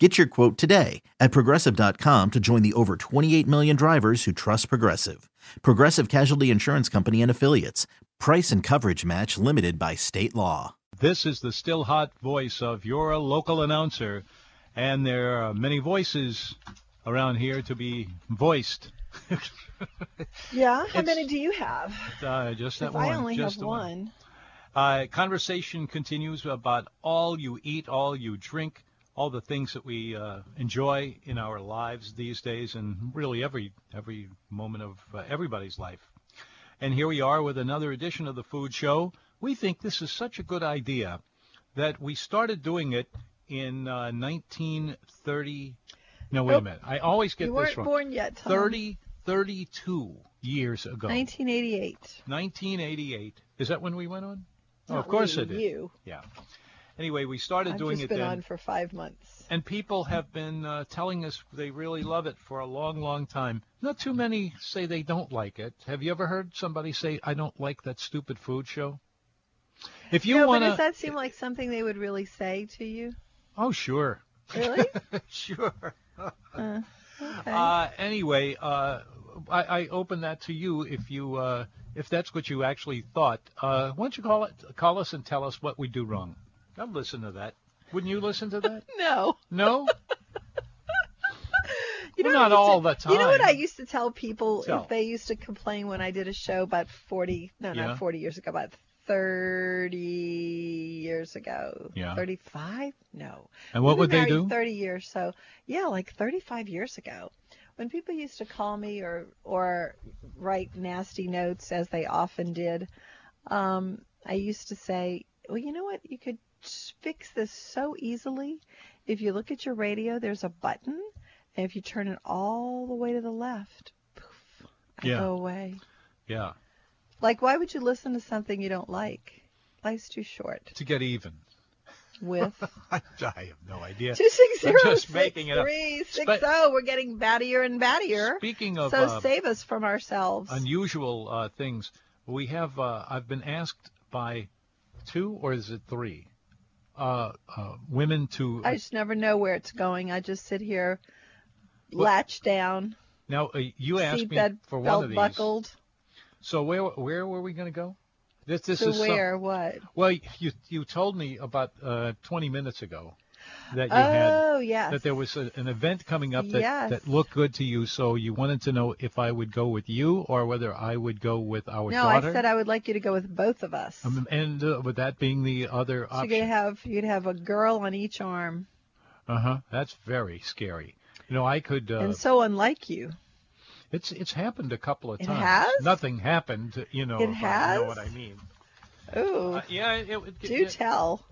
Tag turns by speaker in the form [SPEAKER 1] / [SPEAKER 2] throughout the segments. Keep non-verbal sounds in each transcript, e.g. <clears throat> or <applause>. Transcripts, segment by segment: [SPEAKER 1] Get your quote today at progressive.com to join the over 28 million drivers who trust Progressive. Progressive Casualty Insurance Company and Affiliates. Price and coverage match limited by state law.
[SPEAKER 2] This is the still hot voice of your local announcer, and there are many voices around here to be voiced. <laughs>
[SPEAKER 3] Yeah, how
[SPEAKER 2] It's-
[SPEAKER 3] many do you have?
[SPEAKER 2] Uh, just that
[SPEAKER 3] 'Cause I
[SPEAKER 2] one.
[SPEAKER 3] only
[SPEAKER 2] just
[SPEAKER 3] have
[SPEAKER 2] the
[SPEAKER 3] one.
[SPEAKER 2] Uh, conversation continues about all you eat, all you drink, all the things that we uh, enjoy in our lives these days, and really every every moment of uh, everybody's life. And here we are with another edition of the Food Show. We think this is such a good idea that we started doing it in uh, 1930. No, wait a
[SPEAKER 3] Nope.
[SPEAKER 2] minute. I always get
[SPEAKER 3] you
[SPEAKER 2] this
[SPEAKER 3] weren't
[SPEAKER 2] wrong.
[SPEAKER 3] born yet. Tom.
[SPEAKER 2] 30, 32 years ago.
[SPEAKER 3] 1988.
[SPEAKER 2] 1988. Is that when we went on? Oh,
[SPEAKER 3] Not
[SPEAKER 2] of course
[SPEAKER 3] really
[SPEAKER 2] it is.
[SPEAKER 3] You.
[SPEAKER 2] Yeah. Anyway, we started
[SPEAKER 3] I've
[SPEAKER 2] doing
[SPEAKER 3] just
[SPEAKER 2] it
[SPEAKER 3] been
[SPEAKER 2] then,
[SPEAKER 3] on for five months.
[SPEAKER 2] and people have been uh, telling us they really love it for a long, long time. Not too many say they don't like it. Have you ever heard somebody say, "I don't like that stupid food show"? If you
[SPEAKER 3] no,
[SPEAKER 2] want
[SPEAKER 3] but does
[SPEAKER 2] to,
[SPEAKER 3] that seem like something they would really say to you?
[SPEAKER 2] <laughs> oh sure, <laughs>
[SPEAKER 3] Really?
[SPEAKER 2] sure.
[SPEAKER 3] uh, okay.
[SPEAKER 2] Uh, anyway, uh, I, I open that to you if you uh, if that's what you actually thought. Uh, why don't you call it call us and tell us what we do wrong? I'd listen to that. Wouldn't you listen to
[SPEAKER 3] <laughs>
[SPEAKER 2] that?
[SPEAKER 3] no. <laughs>
[SPEAKER 2] No.
[SPEAKER 3] You
[SPEAKER 2] Well,
[SPEAKER 3] what I
[SPEAKER 2] not
[SPEAKER 3] used
[SPEAKER 2] all
[SPEAKER 3] to,
[SPEAKER 2] the
[SPEAKER 3] You know what
[SPEAKER 2] time.
[SPEAKER 3] I used to tell people
[SPEAKER 2] Tell.
[SPEAKER 3] if they used to complain when I did a show about 40, no,
[SPEAKER 2] Yeah.
[SPEAKER 3] not 40 years ago, about 30 years ago.
[SPEAKER 2] Yeah.
[SPEAKER 3] 35? No.
[SPEAKER 2] And what
[SPEAKER 3] We've
[SPEAKER 2] would
[SPEAKER 3] been
[SPEAKER 2] they
[SPEAKER 3] married
[SPEAKER 2] do?
[SPEAKER 3] 30 years. So, yeah, like 35 years ago, when people used to call me or or write nasty notes as they often did, um, I used to say, "Well, you know what? You could fix this so easily. If you look at your radio, there's a button, and if you turn it all the way to the left, poof, I
[SPEAKER 2] Yeah.
[SPEAKER 3] go away.
[SPEAKER 2] Yeah,
[SPEAKER 3] Like, why would you listen to something you don't like? Life's too short.
[SPEAKER 2] to get even. <laughs>
[SPEAKER 3] With
[SPEAKER 2] I, I have no idea.
[SPEAKER 3] Two six
[SPEAKER 2] I'm
[SPEAKER 3] zero
[SPEAKER 2] just
[SPEAKER 3] six
[SPEAKER 2] making it up.
[SPEAKER 3] three six
[SPEAKER 2] Spe-
[SPEAKER 3] zero. We're getting battier and battier.
[SPEAKER 2] Speaking of
[SPEAKER 3] so
[SPEAKER 2] uh,
[SPEAKER 3] save us from ourselves.
[SPEAKER 2] unusual uh, things, we have. Uh, I've been asked by two or is it three uh, uh, women to
[SPEAKER 3] I just never know where it's going. I just sit here, latch down,
[SPEAKER 2] now. Uh, you asked me
[SPEAKER 3] seatbelt
[SPEAKER 2] for one of
[SPEAKER 3] belt
[SPEAKER 2] these.
[SPEAKER 3] buckled.
[SPEAKER 2] So where where were we going to go? This this
[SPEAKER 3] To
[SPEAKER 2] is some-
[SPEAKER 3] where? What?
[SPEAKER 2] well, you you told me about uh, 20 minutes ago that you had
[SPEAKER 3] Oh yes.
[SPEAKER 2] that there was a, an event coming up that
[SPEAKER 3] Yes.
[SPEAKER 2] that looked good to you. So you wanted to know if I would go with you or whether I would go with our
[SPEAKER 3] No,
[SPEAKER 2] daughter.
[SPEAKER 3] I said I would like you to go with both of us.
[SPEAKER 2] Um, and uh, with that being the other
[SPEAKER 3] so you're
[SPEAKER 2] option.
[SPEAKER 3] gonna have you'd have a girl on each arm,
[SPEAKER 2] uh huh. That's very scary. You know, I could. Uh,
[SPEAKER 3] and so unlike you.
[SPEAKER 2] it's it's happened a couple of
[SPEAKER 3] It
[SPEAKER 2] times.
[SPEAKER 3] has?
[SPEAKER 2] Nothing happened. You know.
[SPEAKER 3] It
[SPEAKER 2] if I- You know
[SPEAKER 3] has?
[SPEAKER 2] what I mean.
[SPEAKER 3] Ooh,
[SPEAKER 2] Uh, yeah. It, it,
[SPEAKER 3] do
[SPEAKER 2] it-
[SPEAKER 3] tell.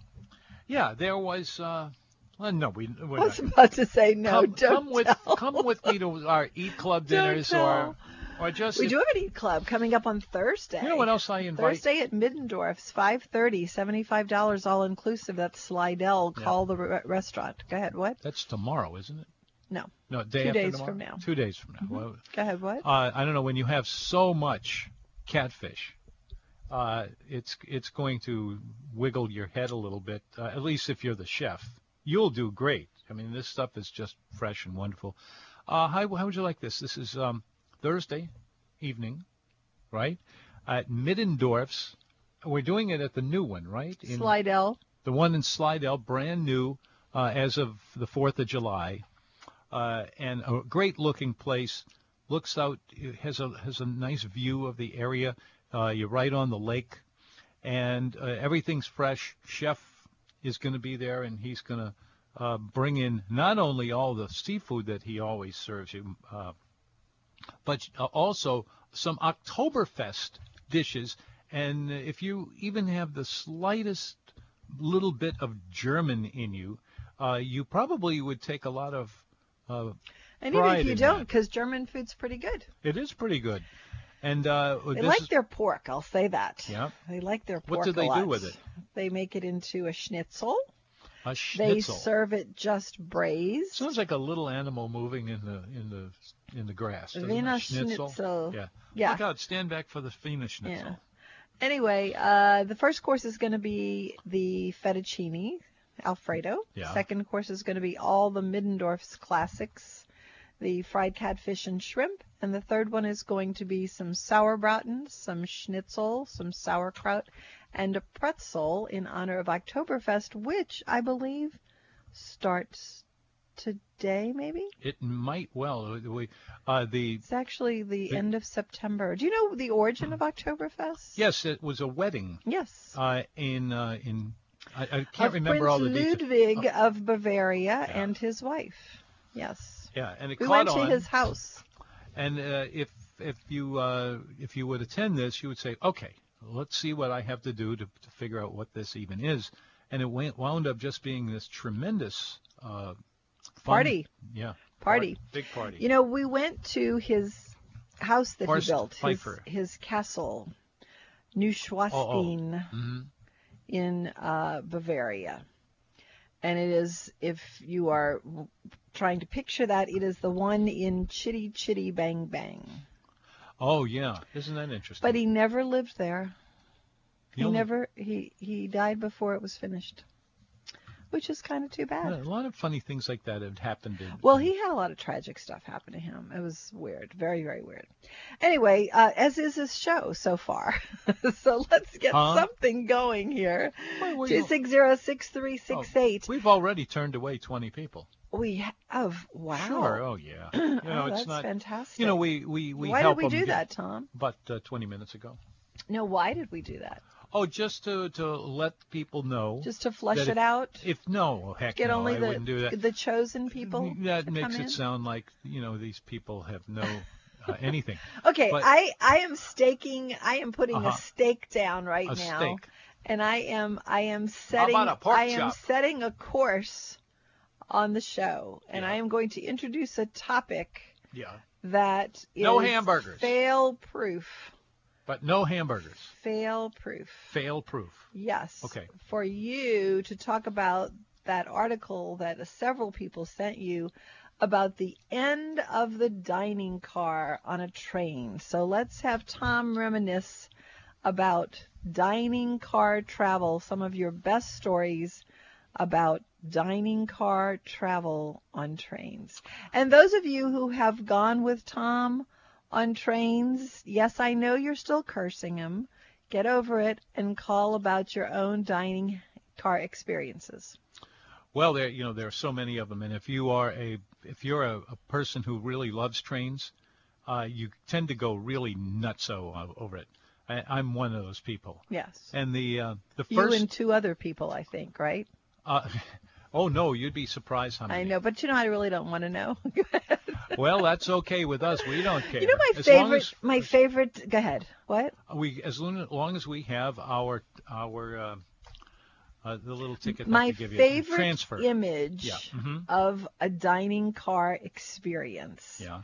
[SPEAKER 2] Yeah. There was. Uh, well, no, we. We're
[SPEAKER 3] I
[SPEAKER 2] not,
[SPEAKER 3] was about to say no.
[SPEAKER 2] come,
[SPEAKER 3] don't
[SPEAKER 2] come with
[SPEAKER 3] tell.
[SPEAKER 2] come with me to our eat club
[SPEAKER 3] Don't
[SPEAKER 2] dinners or or just
[SPEAKER 3] We
[SPEAKER 2] if-
[SPEAKER 3] do have an eat club coming up on Thursday.
[SPEAKER 2] you know what else I invite
[SPEAKER 3] Thursday at Middendorf's, 5:30, $75 all inclusive. That's Slidell.
[SPEAKER 2] Yeah.
[SPEAKER 3] Call the re- restaurant. Go ahead. What?
[SPEAKER 2] that's tomorrow isn't it
[SPEAKER 3] No.
[SPEAKER 2] no day
[SPEAKER 3] Two
[SPEAKER 2] after
[SPEAKER 3] days
[SPEAKER 2] tomorrow?
[SPEAKER 3] from now. Mm-hmm.
[SPEAKER 2] two days from now Well,
[SPEAKER 3] Go ahead. What?
[SPEAKER 2] uh, I don't know when you have so much catfish uh, it's it's going to wiggle your head a little bit uh, at least if you're the chef you'll do great I mean this stuff is just fresh and wonderful uh, how, how would you like this this is um, Thursday evening right at Middendorf's we're doing it at the new one right In-
[SPEAKER 3] Slidell.
[SPEAKER 2] the one in Slidell, brand new uh, as of the 4th of July, uh, and a great looking place. Looks out, it has a has a nice view of the area. Uh, you're right on the lake, and uh, everything's fresh. Chef is going to be there, and he's going to uh, bring in not only all the seafood that he always serves you, uh, but uh, also some Oktoberfest dishes. And if you even have the slightest little bit of German in you, uh, you probably would take a lot of. Uh,
[SPEAKER 3] And even
[SPEAKER 2] pride
[SPEAKER 3] if you
[SPEAKER 2] in
[SPEAKER 3] don't,
[SPEAKER 2] that.
[SPEAKER 3] because German food's pretty good.
[SPEAKER 2] it is pretty good. And uh,
[SPEAKER 3] They
[SPEAKER 2] this
[SPEAKER 3] like
[SPEAKER 2] is-
[SPEAKER 3] their pork. I'll say that.
[SPEAKER 2] Yeah.
[SPEAKER 3] They like their pork.
[SPEAKER 2] What do
[SPEAKER 3] a
[SPEAKER 2] they do
[SPEAKER 3] lot.
[SPEAKER 2] with it?
[SPEAKER 3] They make it into a schnitzel.
[SPEAKER 2] a
[SPEAKER 3] They
[SPEAKER 2] schnitzel.
[SPEAKER 3] serve it just braised.
[SPEAKER 2] Sounds like a little animal moving in the in the in the grass. doesn't it?
[SPEAKER 3] Wiener
[SPEAKER 2] schnitzel.
[SPEAKER 3] Schnitzel.
[SPEAKER 2] Yeah.
[SPEAKER 3] Yeah.
[SPEAKER 2] Look out! Stand back for the Wiener schnitzel.
[SPEAKER 3] Yeah. Anyway, uh, the first course is going to be the fettuccine alfredo.
[SPEAKER 2] Yeah.
[SPEAKER 3] Second course is going to be all the Middendorf's classics, the fried catfish and shrimp, and the third one is going to be some sauerbraten, some schnitzel, some sauerkraut, and a pretzel in honor of Oktoberfest, which I believe starts today. Maybe
[SPEAKER 2] It might well. We, uh, the
[SPEAKER 3] it's actually the
[SPEAKER 2] The-
[SPEAKER 3] end of September. Do you know the origin of Oktoberfest?
[SPEAKER 2] yes, it was a wedding
[SPEAKER 3] Yes.
[SPEAKER 2] uh, in uh, in. I, I can't
[SPEAKER 3] of
[SPEAKER 2] remember
[SPEAKER 3] Prince
[SPEAKER 2] all the details. Oh.
[SPEAKER 3] Ludwig of Bavaria
[SPEAKER 2] Yeah.
[SPEAKER 3] and his wife. Yes.
[SPEAKER 2] Yeah, and it
[SPEAKER 3] We
[SPEAKER 2] caught
[SPEAKER 3] went to
[SPEAKER 2] on.
[SPEAKER 3] his house.
[SPEAKER 2] And uh, if if you uh, if you would attend this, you would say, okay, let's see what I have to do to, to figure out what this even is. And it went, wound up just being this tremendous uh, fun-
[SPEAKER 3] Party.
[SPEAKER 2] Yeah.
[SPEAKER 3] Party.
[SPEAKER 2] Part- big party.
[SPEAKER 3] You know, we went to his house that
[SPEAKER 2] Horst
[SPEAKER 3] he built, his,
[SPEAKER 2] Pfeiffer.
[SPEAKER 3] his castle, Neuschwanstein
[SPEAKER 2] Mhm.
[SPEAKER 3] in uh, Bavaria. And it is, if you are trying to picture that, it is the one in Chitty Chitty Bang Bang.
[SPEAKER 2] Oh yeah, isn't that interesting?
[SPEAKER 3] But he never lived there.
[SPEAKER 2] You
[SPEAKER 3] he
[SPEAKER 2] only-
[SPEAKER 3] never he he died before it was finished, which is kind of too
[SPEAKER 2] A
[SPEAKER 3] bad.
[SPEAKER 2] lot of funny things like that have happened. In,
[SPEAKER 3] Well, he had a lot of tragic stuff happen to him. It was weird, very very weird. Anyway, uh, as is this show so far, <laughs> so let's get
[SPEAKER 2] Huh?
[SPEAKER 3] something going here.
[SPEAKER 2] Wait, wait,
[SPEAKER 3] Two
[SPEAKER 2] no.
[SPEAKER 3] six zero six three six eight.
[SPEAKER 2] We've already turned away 20 people.
[SPEAKER 3] We have wow.
[SPEAKER 2] Oh, Sure. Oh yeah. You
[SPEAKER 3] <clears throat>
[SPEAKER 2] know,
[SPEAKER 3] Oh,
[SPEAKER 2] it's
[SPEAKER 3] that's
[SPEAKER 2] not.
[SPEAKER 3] fantastic.
[SPEAKER 2] You know, we we we
[SPEAKER 3] why did
[SPEAKER 2] help
[SPEAKER 3] we
[SPEAKER 2] them
[SPEAKER 3] do
[SPEAKER 2] get-
[SPEAKER 3] that, Tom?
[SPEAKER 2] About uh, 20 minutes ago.
[SPEAKER 3] No, why did we do that?
[SPEAKER 2] Oh, just to to let people know.
[SPEAKER 3] Just to flush
[SPEAKER 2] That
[SPEAKER 3] it, out,
[SPEAKER 2] If no, heck
[SPEAKER 3] get
[SPEAKER 2] no,
[SPEAKER 3] only
[SPEAKER 2] I
[SPEAKER 3] the
[SPEAKER 2] wouldn't do that. Mm-hmm.
[SPEAKER 3] the chosen people.
[SPEAKER 2] that
[SPEAKER 3] to
[SPEAKER 2] makes
[SPEAKER 3] come
[SPEAKER 2] it
[SPEAKER 3] in?
[SPEAKER 2] sound like you know these people have
[SPEAKER 3] <laughs>
[SPEAKER 2] no uh, anything.
[SPEAKER 3] Okay,
[SPEAKER 2] But-
[SPEAKER 3] I I am staking. I am putting
[SPEAKER 2] Uh-huh.
[SPEAKER 3] a stake down right
[SPEAKER 2] A
[SPEAKER 3] now,
[SPEAKER 2] steak.
[SPEAKER 3] and I am I am setting.
[SPEAKER 2] about a pork
[SPEAKER 3] I am
[SPEAKER 2] chop?
[SPEAKER 3] setting a course on the show, and
[SPEAKER 2] Yeah.
[SPEAKER 3] I am going to introduce a topic
[SPEAKER 2] Yeah,
[SPEAKER 3] that is
[SPEAKER 2] No hamburgers.
[SPEAKER 3] fail proof.
[SPEAKER 2] but no hamburgers.
[SPEAKER 3] Fail proof.
[SPEAKER 2] Fail proof.
[SPEAKER 3] Yes.
[SPEAKER 2] Okay.
[SPEAKER 3] For you to talk about that article that several people sent you about the end of the dining car on a train. So let's have Tom reminisce about dining car travel, some of your best stories about dining car travel on trains. And those of you who have gone with Tom on trains, yes, I know you're still cursing him. Get over it and call about your own dining car experiences.
[SPEAKER 2] Well, there you know there are so many of them, and if you are a if you're a, a person who really loves trains, uh, you tend to go really nutso o- over it. I, I'm one of those people.
[SPEAKER 3] Yes.
[SPEAKER 2] And the uh, the
[SPEAKER 3] you
[SPEAKER 2] first
[SPEAKER 3] and two other people, I think, right?
[SPEAKER 2] uh, <laughs> oh no, you'd be surprised how many.
[SPEAKER 3] I know, but you know, I really don't want to know. you
[SPEAKER 2] Well, that's okay with us. We don't care.
[SPEAKER 3] know, my
[SPEAKER 2] as long
[SPEAKER 3] favorite,
[SPEAKER 2] as
[SPEAKER 3] my favorite. Go ahead. What?
[SPEAKER 2] we as long, long as we have our our uh, uh, the little ticket that
[SPEAKER 3] my
[SPEAKER 2] they give you
[SPEAKER 3] favorite
[SPEAKER 2] transfer.
[SPEAKER 3] image
[SPEAKER 2] Yeah, <laughs> mhm.
[SPEAKER 3] of a dining car experience
[SPEAKER 2] yeah.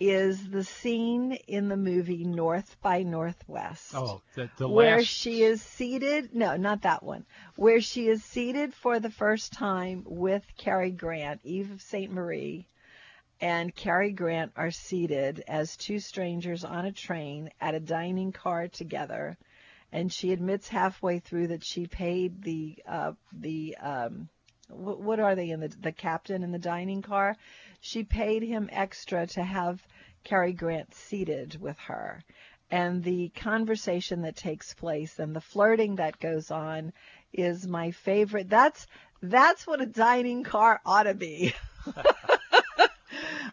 [SPEAKER 3] is the scene in the movie North by Northwest.
[SPEAKER 2] Oh, the, the
[SPEAKER 3] where
[SPEAKER 2] last.
[SPEAKER 3] she is seated. No, not that one. Where she is seated for the first time with Cary Grant, Eve of St. Marie, and Cary Grant are seated as two strangers on a train at a dining car together. And she admits halfway through that she paid the uh, the um, what, what are they in the the captain in the dining car? She paid him extra to have Cary Grant seated with her. And the conversation that takes place and the flirting that goes on is my favorite. That's that's what a dining car ought to be. <laughs>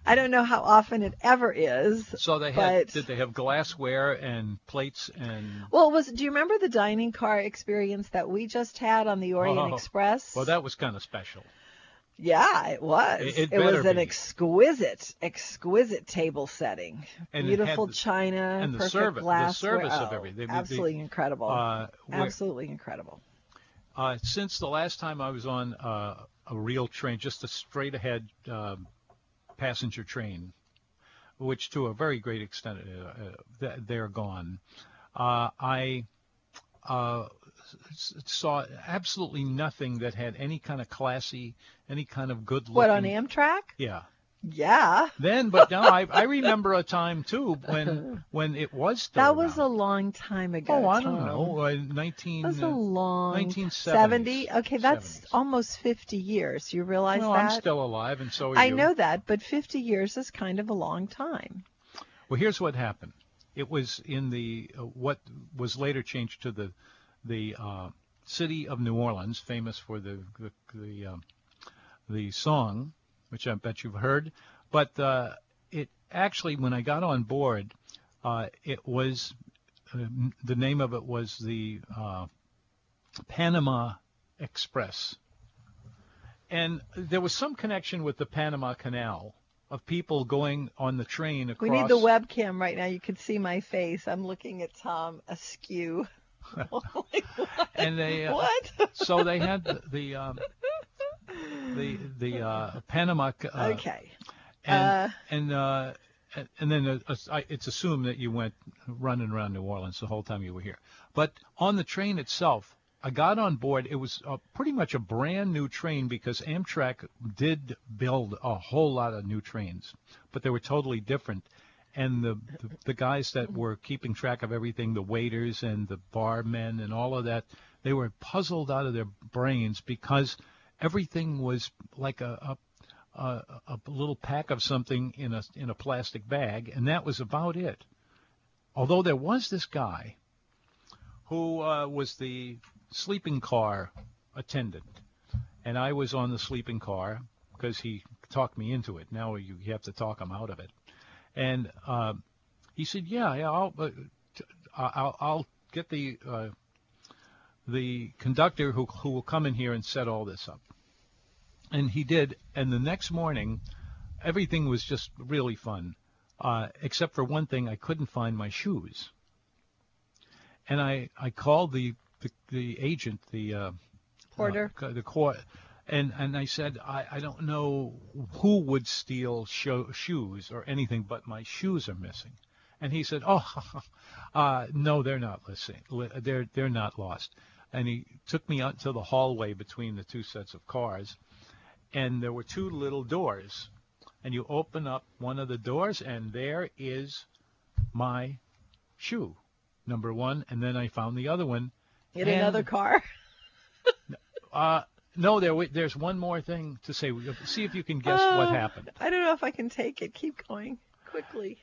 [SPEAKER 3] I don't know how often it ever is.
[SPEAKER 2] so they had
[SPEAKER 3] but-
[SPEAKER 2] did they have glassware and plates and
[SPEAKER 3] Well, was do you remember the dining car experience that we just had on the Orient
[SPEAKER 2] Oh,
[SPEAKER 3] Express?
[SPEAKER 2] well that was kind of special.
[SPEAKER 3] Yeah, it was.
[SPEAKER 2] It- it
[SPEAKER 3] It,
[SPEAKER 2] better
[SPEAKER 3] was an
[SPEAKER 2] be.
[SPEAKER 3] exquisite, exquisite table setting.
[SPEAKER 2] And it had
[SPEAKER 3] Beautiful
[SPEAKER 2] the-
[SPEAKER 3] china,
[SPEAKER 2] and the
[SPEAKER 3] perfect
[SPEAKER 2] serv- the
[SPEAKER 3] glassware.
[SPEAKER 2] service of
[SPEAKER 3] Oh,
[SPEAKER 2] everything. They- they-
[SPEAKER 3] absolutely incredible.
[SPEAKER 2] Uh, where-
[SPEAKER 3] absolutely incredible.
[SPEAKER 2] uh, since the last time I was on uh, a real train, just a straight ahead um passenger train, which to a very great extent uh, uh, th- they're gone. Uh, I uh, s- saw absolutely nothing that had any kind of classy, any kind of good looking.
[SPEAKER 3] What on Amtrak?
[SPEAKER 2] Yeah.
[SPEAKER 3] Yeah,
[SPEAKER 2] Then, but now I, I remember a time too when when it was still
[SPEAKER 3] <laughs> that was a
[SPEAKER 2] around.
[SPEAKER 3] long time ago.
[SPEAKER 2] oh I don't
[SPEAKER 3] Tom.
[SPEAKER 2] know uh, nineteen.
[SPEAKER 3] That was a
[SPEAKER 2] uh,
[SPEAKER 3] long
[SPEAKER 2] 1970s.
[SPEAKER 3] 70? Okay, that's
[SPEAKER 2] 70s.
[SPEAKER 3] almost 50 years. You realize
[SPEAKER 2] well,
[SPEAKER 3] that?
[SPEAKER 2] I'm still alive, and so are
[SPEAKER 3] I
[SPEAKER 2] you.
[SPEAKER 3] know that, but 50 years is kind of a long time.
[SPEAKER 2] Well, here's what happened. It was in the uh, what was later changed to the the uh, city of New Orleans, famous for the the the, um, the song, which I bet you've heard. But uh, it actually, when I got on board, uh, it was uh, m- the name of it was the uh, Panama Express, and there was some connection with the Panama Canal of people going on the train across.
[SPEAKER 3] We need the webcam right now. You can see my face. I'm looking at Tom
[SPEAKER 2] <laughs>
[SPEAKER 3] askew. <laughs>
[SPEAKER 2] and they uh,
[SPEAKER 3] What?
[SPEAKER 2] so they had the the um, the, the uh, Panama c- uh,
[SPEAKER 3] okay.
[SPEAKER 2] and
[SPEAKER 3] uh,
[SPEAKER 2] and uh, and- and then uh, uh, I- it's assumed that you went running around New Orleans the whole time you were here. But on the train itself, I got on board. It was uh, pretty much a brand new train because Amtrak did build a whole lot of new trains, but they were totally different. And the, the the guys that were keeping track of everything, the waiters and the barmen and all of that, they were puzzled out of their brains because everything was like a, a a, a little pack of something in a in a plastic bag, and that was about it. Although there was this guy who uh, was the sleeping car attendant, and I was on the sleeping car because he talked me into it. Now you have to talk him out of it. And uh, he said, "Yeah, yeah, I'll uh, t- I- I'll, I'll get the uh, the conductor who who will come in here and set all this up." and he did. And the next morning, everything was just really fun, uh, except for one thing. I couldn't find my shoes, and I I called the the, the agent, the uh,
[SPEAKER 3] Porter.
[SPEAKER 2] uh, the court, and and I said I, I don't know who would steal sho- shoes or anything, but my shoes are missing. And he said, "Oh, <laughs> uh, no, they're not missing. Li- They're they're not lost." And he took me out to the hallway between the two sets of cars, and there were two little doors. And you open up one of the doors, and there is my shoe, number one. And then I found the other one.
[SPEAKER 3] in
[SPEAKER 2] and-
[SPEAKER 3] another car.
[SPEAKER 2] Uh, no, there. wa- There's one more thing to say. See if you can guess what
[SPEAKER 3] Oh,
[SPEAKER 2] happened.
[SPEAKER 3] I don't know if I can take it. Keep going quickly.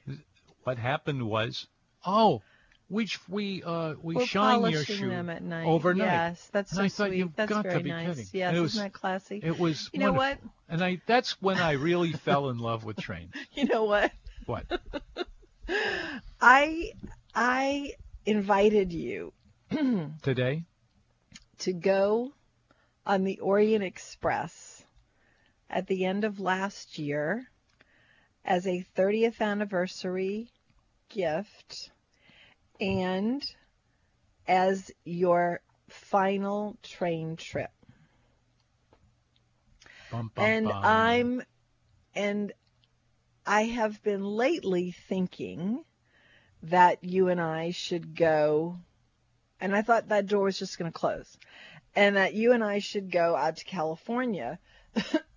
[SPEAKER 2] What happened was, oh, we sh- we uh, we
[SPEAKER 3] We're
[SPEAKER 2] shine your
[SPEAKER 3] polishing
[SPEAKER 2] shoe
[SPEAKER 3] them at night.
[SPEAKER 2] overnight.
[SPEAKER 3] Yes, that's
[SPEAKER 2] And
[SPEAKER 3] so
[SPEAKER 2] I thought,
[SPEAKER 3] sweet.
[SPEAKER 2] "You've
[SPEAKER 3] that's
[SPEAKER 2] got to
[SPEAKER 3] very
[SPEAKER 2] be
[SPEAKER 3] nice.
[SPEAKER 2] kidding."
[SPEAKER 3] Yes,
[SPEAKER 2] And it
[SPEAKER 3] isn't
[SPEAKER 2] was-
[SPEAKER 3] that classy?
[SPEAKER 2] It was.
[SPEAKER 3] you know
[SPEAKER 2] wonderful.
[SPEAKER 3] what?
[SPEAKER 2] And I that's when I really <laughs> fell in love with trains.
[SPEAKER 3] <laughs> You know what?
[SPEAKER 2] What?
[SPEAKER 3] I I invited you to
[SPEAKER 2] Today?
[SPEAKER 3] go on the Orient Express at the end of last year as a 30th anniversary gift and as your final train trip.
[SPEAKER 2] Bum, bum,
[SPEAKER 3] and
[SPEAKER 2] bum.
[SPEAKER 3] I'm and I have been lately thinking that you and I should go and I thought that door was just going to close and that you and I should go out to California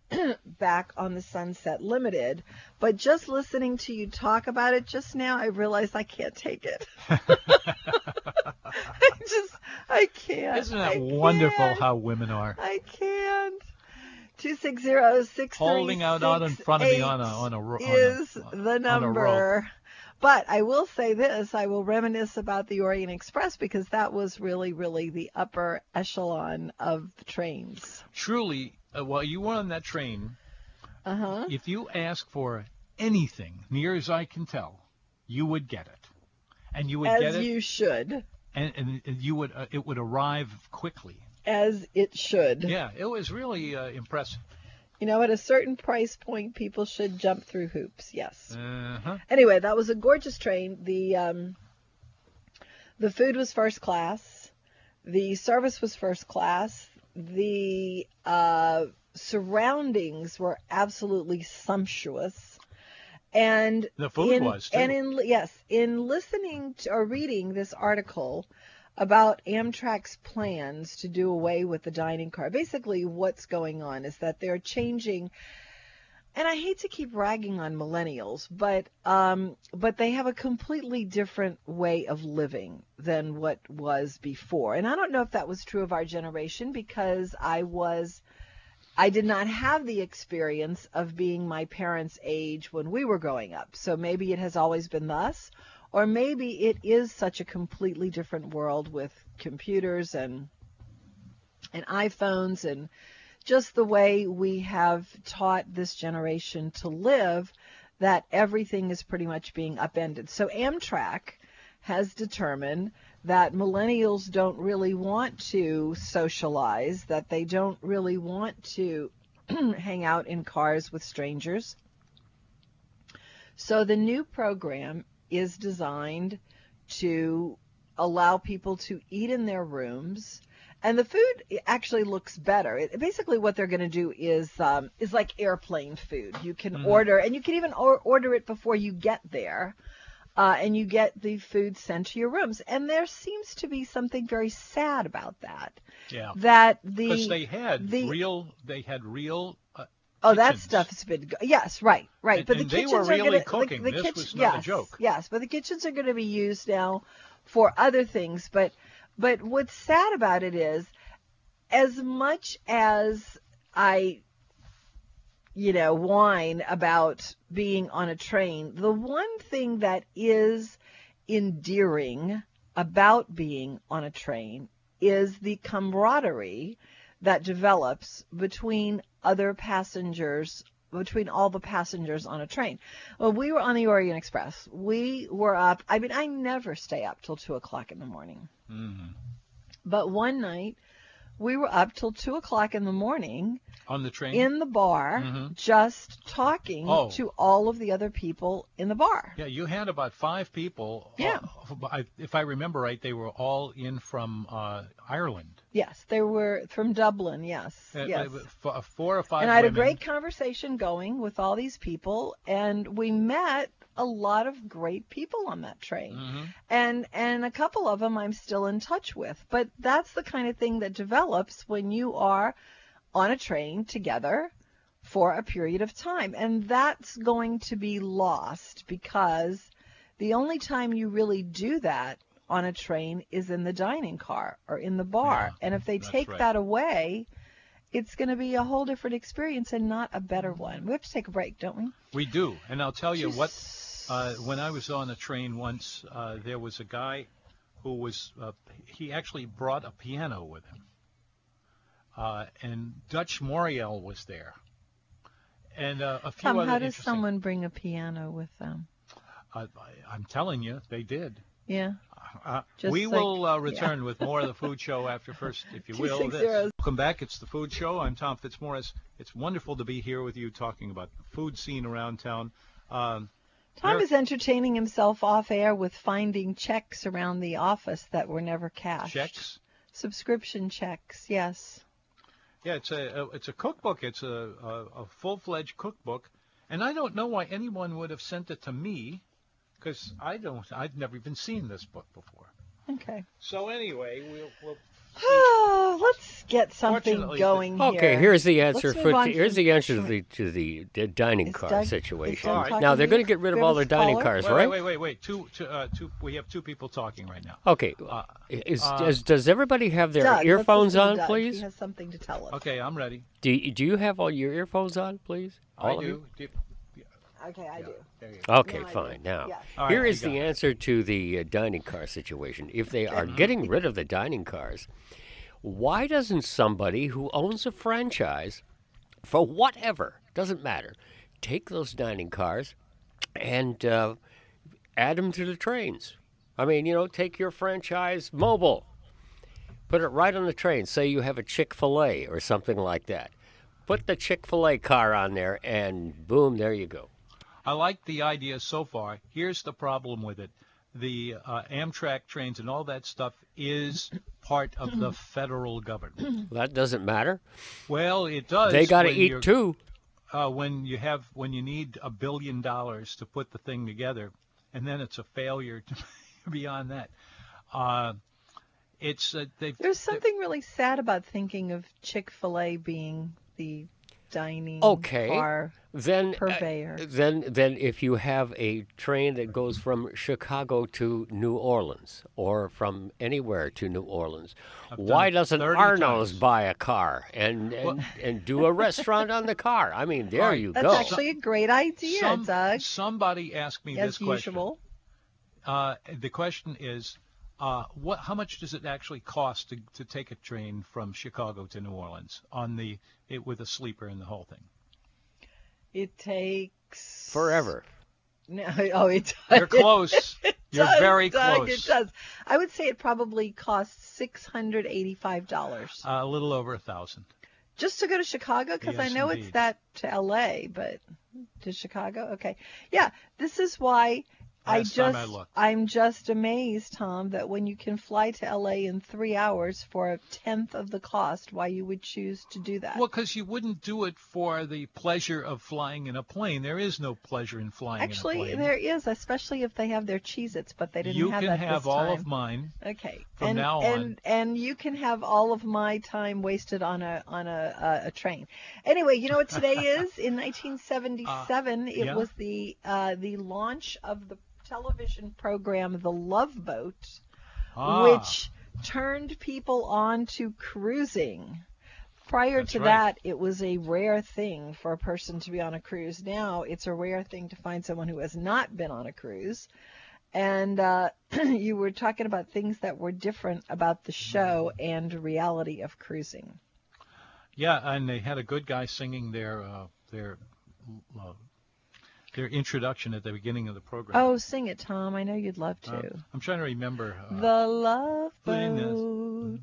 [SPEAKER 3] <coughs> back on the Sunset Limited but just listening to you talk about it just now I realized I can't take it <laughs> I just I can't
[SPEAKER 2] Isn't that
[SPEAKER 3] I
[SPEAKER 2] wonderful
[SPEAKER 3] can't.
[SPEAKER 2] how women are
[SPEAKER 3] I can't. Two six zero six
[SPEAKER 2] holding out out in front of me on a on a ro- on a-
[SPEAKER 3] is
[SPEAKER 2] on
[SPEAKER 3] the
[SPEAKER 2] a rope.
[SPEAKER 3] number. But I will say this: I will reminisce about the Orient Express because that was really, really the upper echelon of the trains.
[SPEAKER 2] Truly, uh, while you were on that train,
[SPEAKER 3] Uh huh.
[SPEAKER 2] if you ask for anything, near as I can tell, you would get it, and you would get
[SPEAKER 3] As
[SPEAKER 2] it,
[SPEAKER 3] you should,
[SPEAKER 2] and, and, and you would uh, it would arrive quickly.
[SPEAKER 3] as it should.
[SPEAKER 2] Yeah, it was really uh, impressive.
[SPEAKER 3] You know, at a certain price point, people should jump through hoops. Yes.
[SPEAKER 2] Uh-huh.
[SPEAKER 3] anyway, that was a gorgeous train. The um, the food was first class. The service was first class. The uh, surroundings were absolutely sumptuous, And
[SPEAKER 2] The food
[SPEAKER 3] in-
[SPEAKER 2] was, too.
[SPEAKER 3] And in yes, in listening to, or reading this article about Amtrak's plans to do away with the dining car, basically what's going on is that they're changing. And I hate to keep ragging on millennials, but um, but they have a completely different way of living than what was before. And I don't know if that was true of our generation because I was I did not have the experience of being my parents' age when we were growing up. So maybe it has always been thus, or maybe it is such a completely different world with computers and and iPhones and just the way we have taught this generation to live that everything is pretty much being upended. So Amtrak has determined that millennials don't really want to socialize, that they don't really want to <clears throat> hang out in cars with strangers. So the new program is designed to allow people to eat in their rooms. And the food actually looks better. It, basically, what they're going to do is um, is like airplane food. You can
[SPEAKER 2] Mm-hmm.
[SPEAKER 3] order, and you can even or- order it before you get there uh, and you get the food sent to your rooms. And there seems to be something very sad about that.
[SPEAKER 2] Yeah.
[SPEAKER 3] That the
[SPEAKER 2] Because they had
[SPEAKER 3] the-
[SPEAKER 2] real, they had real. Uh,
[SPEAKER 3] oh that
[SPEAKER 2] kitchens.
[SPEAKER 3] stuff's been go- yes right right.
[SPEAKER 2] And-
[SPEAKER 3] but the
[SPEAKER 2] and they
[SPEAKER 3] kitchens
[SPEAKER 2] were
[SPEAKER 3] are
[SPEAKER 2] really
[SPEAKER 3] gonna,
[SPEAKER 2] cooking.
[SPEAKER 3] The, the
[SPEAKER 2] This
[SPEAKER 3] kitchen,
[SPEAKER 2] was not a
[SPEAKER 3] yes,
[SPEAKER 2] joke.
[SPEAKER 3] Yes, but the kitchens are going to be used now for other things. But but what's sad about it is, as much as I you know, whine about being on a train. The one thing that is endearing about being on a train is the camaraderie that develops between other passengers, between all the passengers on a train. When we were on the Orient Express, we were up. I mean, I never stay up till two o'clock in the morning. But one night, we were up till two o'clock in the morning
[SPEAKER 2] on the train.
[SPEAKER 3] in the bar
[SPEAKER 2] Mhm.
[SPEAKER 3] just talking
[SPEAKER 2] Mm-hmm. Oh.
[SPEAKER 3] to all of the other people in the bar.
[SPEAKER 2] yeah, you had about five people.
[SPEAKER 3] Yeah.
[SPEAKER 2] uh, I- if I remember right, they were all in from uh, Ireland.
[SPEAKER 3] Yes, they were from Dublin. Yes,
[SPEAKER 2] Uh,
[SPEAKER 3] yes.
[SPEAKER 2] uh, f- uh, Four or five.
[SPEAKER 3] and I had a
[SPEAKER 2] women.
[SPEAKER 3] great conversation going with all these people, and we met a lot of great people on that train.
[SPEAKER 2] Mhm.
[SPEAKER 3] and and a couple of them I'm still in touch with. But that's the kind of thing that develops when you are on a train together for a period of time, and that's going to be lost because the only time you really do that on a train is in the dining car or in the bar,
[SPEAKER 2] Yeah,
[SPEAKER 3] and if they
[SPEAKER 2] that's
[SPEAKER 3] take
[SPEAKER 2] right.
[SPEAKER 3] that away. It's going to be a whole different experience and not a better one. We have to take a break, don't we?
[SPEAKER 2] We do, and I'll tell you
[SPEAKER 3] Just-
[SPEAKER 2] what. Uh, when I was on a train once, uh, there was a guy who was, uh, he actually brought a piano with him. Uh, and Dutch Moriel was there. And uh, a few
[SPEAKER 3] Tom,
[SPEAKER 2] other
[SPEAKER 3] Um, how does
[SPEAKER 2] interesting-
[SPEAKER 3] someone bring a piano with them?
[SPEAKER 2] Uh, I- I'm telling you, they did.
[SPEAKER 3] Yeah.
[SPEAKER 2] Uh,
[SPEAKER 3] Just
[SPEAKER 2] we
[SPEAKER 3] like-
[SPEAKER 2] will uh,
[SPEAKER 3] yeah.
[SPEAKER 2] return with more of the food show after first, if
[SPEAKER 3] <laughs>
[SPEAKER 2] you will. this.
[SPEAKER 3] 260.
[SPEAKER 2] Welcome back. It's the food show. I'm Tom Fitzmaurice. It's wonderful to be here with you talking about the food scene around town. Um,
[SPEAKER 3] Tom
[SPEAKER 2] There-
[SPEAKER 3] is entertaining himself off air with finding checks around the office that were never cashed.
[SPEAKER 2] checks.
[SPEAKER 3] Subscription checks, yes.
[SPEAKER 2] Yeah, it's a, a it's a cookbook. It's a, a, a full fledged cookbook, and I don't know why anyone would have sent it to me, because I don't. I've never even seen this book before.
[SPEAKER 3] Okay.
[SPEAKER 2] So anyway, we'll. we'll
[SPEAKER 3] <sighs> Let's get something
[SPEAKER 2] Fortunately,
[SPEAKER 3] going here.
[SPEAKER 4] Okay, here's the answer
[SPEAKER 3] Let's
[SPEAKER 4] for
[SPEAKER 3] move on
[SPEAKER 4] here's
[SPEAKER 3] from-
[SPEAKER 4] the answer to
[SPEAKER 3] wait.
[SPEAKER 4] the to the d- dining
[SPEAKER 3] Is
[SPEAKER 4] car
[SPEAKER 3] Doug- is
[SPEAKER 4] situation.
[SPEAKER 3] Doug
[SPEAKER 2] All right.
[SPEAKER 3] talking
[SPEAKER 4] Now they're
[SPEAKER 3] to
[SPEAKER 4] going
[SPEAKER 3] you?
[SPEAKER 4] to get rid of
[SPEAKER 3] Give
[SPEAKER 4] all
[SPEAKER 3] us
[SPEAKER 4] their dining
[SPEAKER 3] caller?
[SPEAKER 4] cars,
[SPEAKER 2] wait,
[SPEAKER 4] right?
[SPEAKER 2] wait, wait, wait. Two, two, uh, two. We have two people talking right now.
[SPEAKER 4] Okay,
[SPEAKER 2] Uh,
[SPEAKER 4] is, does, does everybody have their
[SPEAKER 3] Doug, let's
[SPEAKER 4] earphones
[SPEAKER 3] listen to
[SPEAKER 4] on,
[SPEAKER 3] Doug. He
[SPEAKER 4] please?
[SPEAKER 3] has something to tell us.
[SPEAKER 2] Okay, I'm ready.
[SPEAKER 4] Do you, do you have all your earphones on, please? All
[SPEAKER 2] I
[SPEAKER 4] of you?
[SPEAKER 2] do. Do-
[SPEAKER 3] Okay, I do.
[SPEAKER 2] There you go.
[SPEAKER 4] Okay,
[SPEAKER 3] No, I do.
[SPEAKER 4] fine. Now,
[SPEAKER 3] Yeah.
[SPEAKER 2] All right,
[SPEAKER 4] here
[SPEAKER 2] we
[SPEAKER 4] is
[SPEAKER 2] got
[SPEAKER 4] the answer to the uh, dining car situation. If they are
[SPEAKER 3] Mm-hmm.
[SPEAKER 4] getting rid of the dining cars, why doesn't somebody who owns a franchise for whatever, doesn't matter, take those dining cars and uh, add them to the trains? I mean, you know, take your franchise mobile, put it right on the train. Say you have a Chick fil A or something like that. Put the Chick fil A car on there, and boom, there you go.
[SPEAKER 2] I like the idea so far. Here's the problem with it: the uh, Amtrak trains and all that stuff is part of
[SPEAKER 4] <clears throat>
[SPEAKER 2] the federal government.
[SPEAKER 4] That doesn't matter.
[SPEAKER 2] Well, it does.
[SPEAKER 4] They got to
[SPEAKER 2] when you're-
[SPEAKER 4] eat too.
[SPEAKER 2] uh, when you have when you need a billion dollars to put the thing together, and then it's a failure <laughs> to, beyond that. Uh, it's uh, they've,
[SPEAKER 3] There's something really sad about thinking of Chick Fil A being the dining
[SPEAKER 4] Okay.
[SPEAKER 3] car
[SPEAKER 4] Then, uh,
[SPEAKER 3] purveyor.
[SPEAKER 4] then, then, if you have a train that goes from Chicago to New Orleans, or from anywhere to New Orleans,
[SPEAKER 2] done
[SPEAKER 4] why
[SPEAKER 2] it
[SPEAKER 4] doesn't
[SPEAKER 2] 30
[SPEAKER 4] Arno's
[SPEAKER 2] times.
[SPEAKER 4] buy a car and and, and do a restaurant on the car? I mean, there
[SPEAKER 2] Right.
[SPEAKER 4] you
[SPEAKER 3] That's
[SPEAKER 4] go.
[SPEAKER 3] actually a great idea,
[SPEAKER 2] some-
[SPEAKER 3] Doug.
[SPEAKER 2] Somebody asked me this
[SPEAKER 3] As
[SPEAKER 2] question.
[SPEAKER 3] usual.
[SPEAKER 2] Uh, the question is, uh, what? How much does it actually cost to, to take a train from Chicago to New Orleans on the it with a sleeper and the whole
[SPEAKER 3] <laughs>
[SPEAKER 2] thing?
[SPEAKER 3] It takes
[SPEAKER 4] Forever.
[SPEAKER 3] <laughs> No, oh, it does.
[SPEAKER 2] You're close. You're
[SPEAKER 3] does,
[SPEAKER 2] very
[SPEAKER 3] Doug,
[SPEAKER 2] close.
[SPEAKER 3] It does. I would say it probably costs six hundred eighty-five dollars
[SPEAKER 2] Uh, a little over a thousand.
[SPEAKER 3] just to go to Chicago because I
[SPEAKER 2] yes,
[SPEAKER 3] know it's
[SPEAKER 2] indeed.
[SPEAKER 3] that to L.A., but to Chicago, okay, yeah. This is why I
[SPEAKER 2] Last
[SPEAKER 3] just
[SPEAKER 2] time I looked.
[SPEAKER 3] am just amazed, Tom, that when you can fly to L.A. in three hours for a tenth of the cost, why you would choose to do that.
[SPEAKER 2] Well, because you wouldn't do it for the pleasure of flying in a plane. There is no pleasure in flying in a
[SPEAKER 3] Actually,
[SPEAKER 2] plane.
[SPEAKER 3] there is, especially if they have their Cheez-Its, but they didn't
[SPEAKER 2] you
[SPEAKER 3] have
[SPEAKER 2] can
[SPEAKER 3] that
[SPEAKER 2] have
[SPEAKER 3] this
[SPEAKER 2] all
[SPEAKER 3] time.
[SPEAKER 2] of mine.
[SPEAKER 3] Okay.
[SPEAKER 2] from
[SPEAKER 3] and,
[SPEAKER 2] now
[SPEAKER 3] and,
[SPEAKER 2] on.
[SPEAKER 3] And you can have all of my time wasted on a on a a, a train. Anyway, you know
[SPEAKER 2] <laughs>
[SPEAKER 3] what today is? In 1977, it
[SPEAKER 2] yeah.
[SPEAKER 3] was the uh, the launch of the television program The Love Boat,
[SPEAKER 2] Ah,
[SPEAKER 3] which turned people on to cruising. Prior
[SPEAKER 2] That's
[SPEAKER 3] to
[SPEAKER 2] right.
[SPEAKER 3] that, it was a rare thing for a person to be on a cruise. Now it's a rare thing to find someone who has not been on a cruise. And uh, <clears throat> you were talking about things that were different about the show and
[SPEAKER 2] Mm-hmm.
[SPEAKER 3] reality of cruising.
[SPEAKER 2] yeah, and they had a good guy singing their uh, their uh, their introduction at the beginning of the program.
[SPEAKER 3] Oh, sing it, Tom. I know you'd love to.
[SPEAKER 2] Uh, I'm trying to remember. Uh,
[SPEAKER 3] the Love
[SPEAKER 2] Sing this.
[SPEAKER 3] Boat.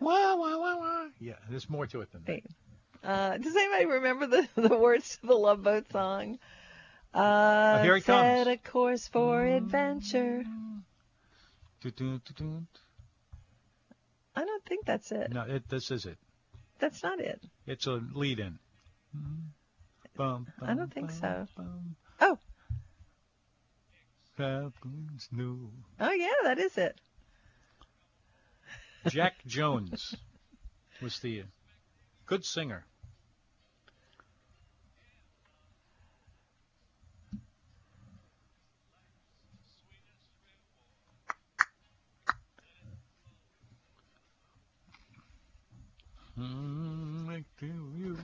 [SPEAKER 2] wah, wah, wah, wah. Yeah, there's more to it than that.
[SPEAKER 3] Wait. Uh, does anybody remember the, <laughs> the words to the Love Boat song? Uh,
[SPEAKER 2] Oh, here it
[SPEAKER 3] set
[SPEAKER 2] comes.
[SPEAKER 3] a course for adventure.
[SPEAKER 2] Doo, doo, doo, doo.
[SPEAKER 3] I don't think that's it.
[SPEAKER 2] No, it, this is it.
[SPEAKER 3] That's not it.
[SPEAKER 2] It's a lead-in. Bum,
[SPEAKER 3] I don't think so.
[SPEAKER 2] bum.
[SPEAKER 3] Oh.
[SPEAKER 2] Captain's new.
[SPEAKER 3] Oh yeah, that is it.
[SPEAKER 2] Jack Jones was the good singer. Mm, like to you.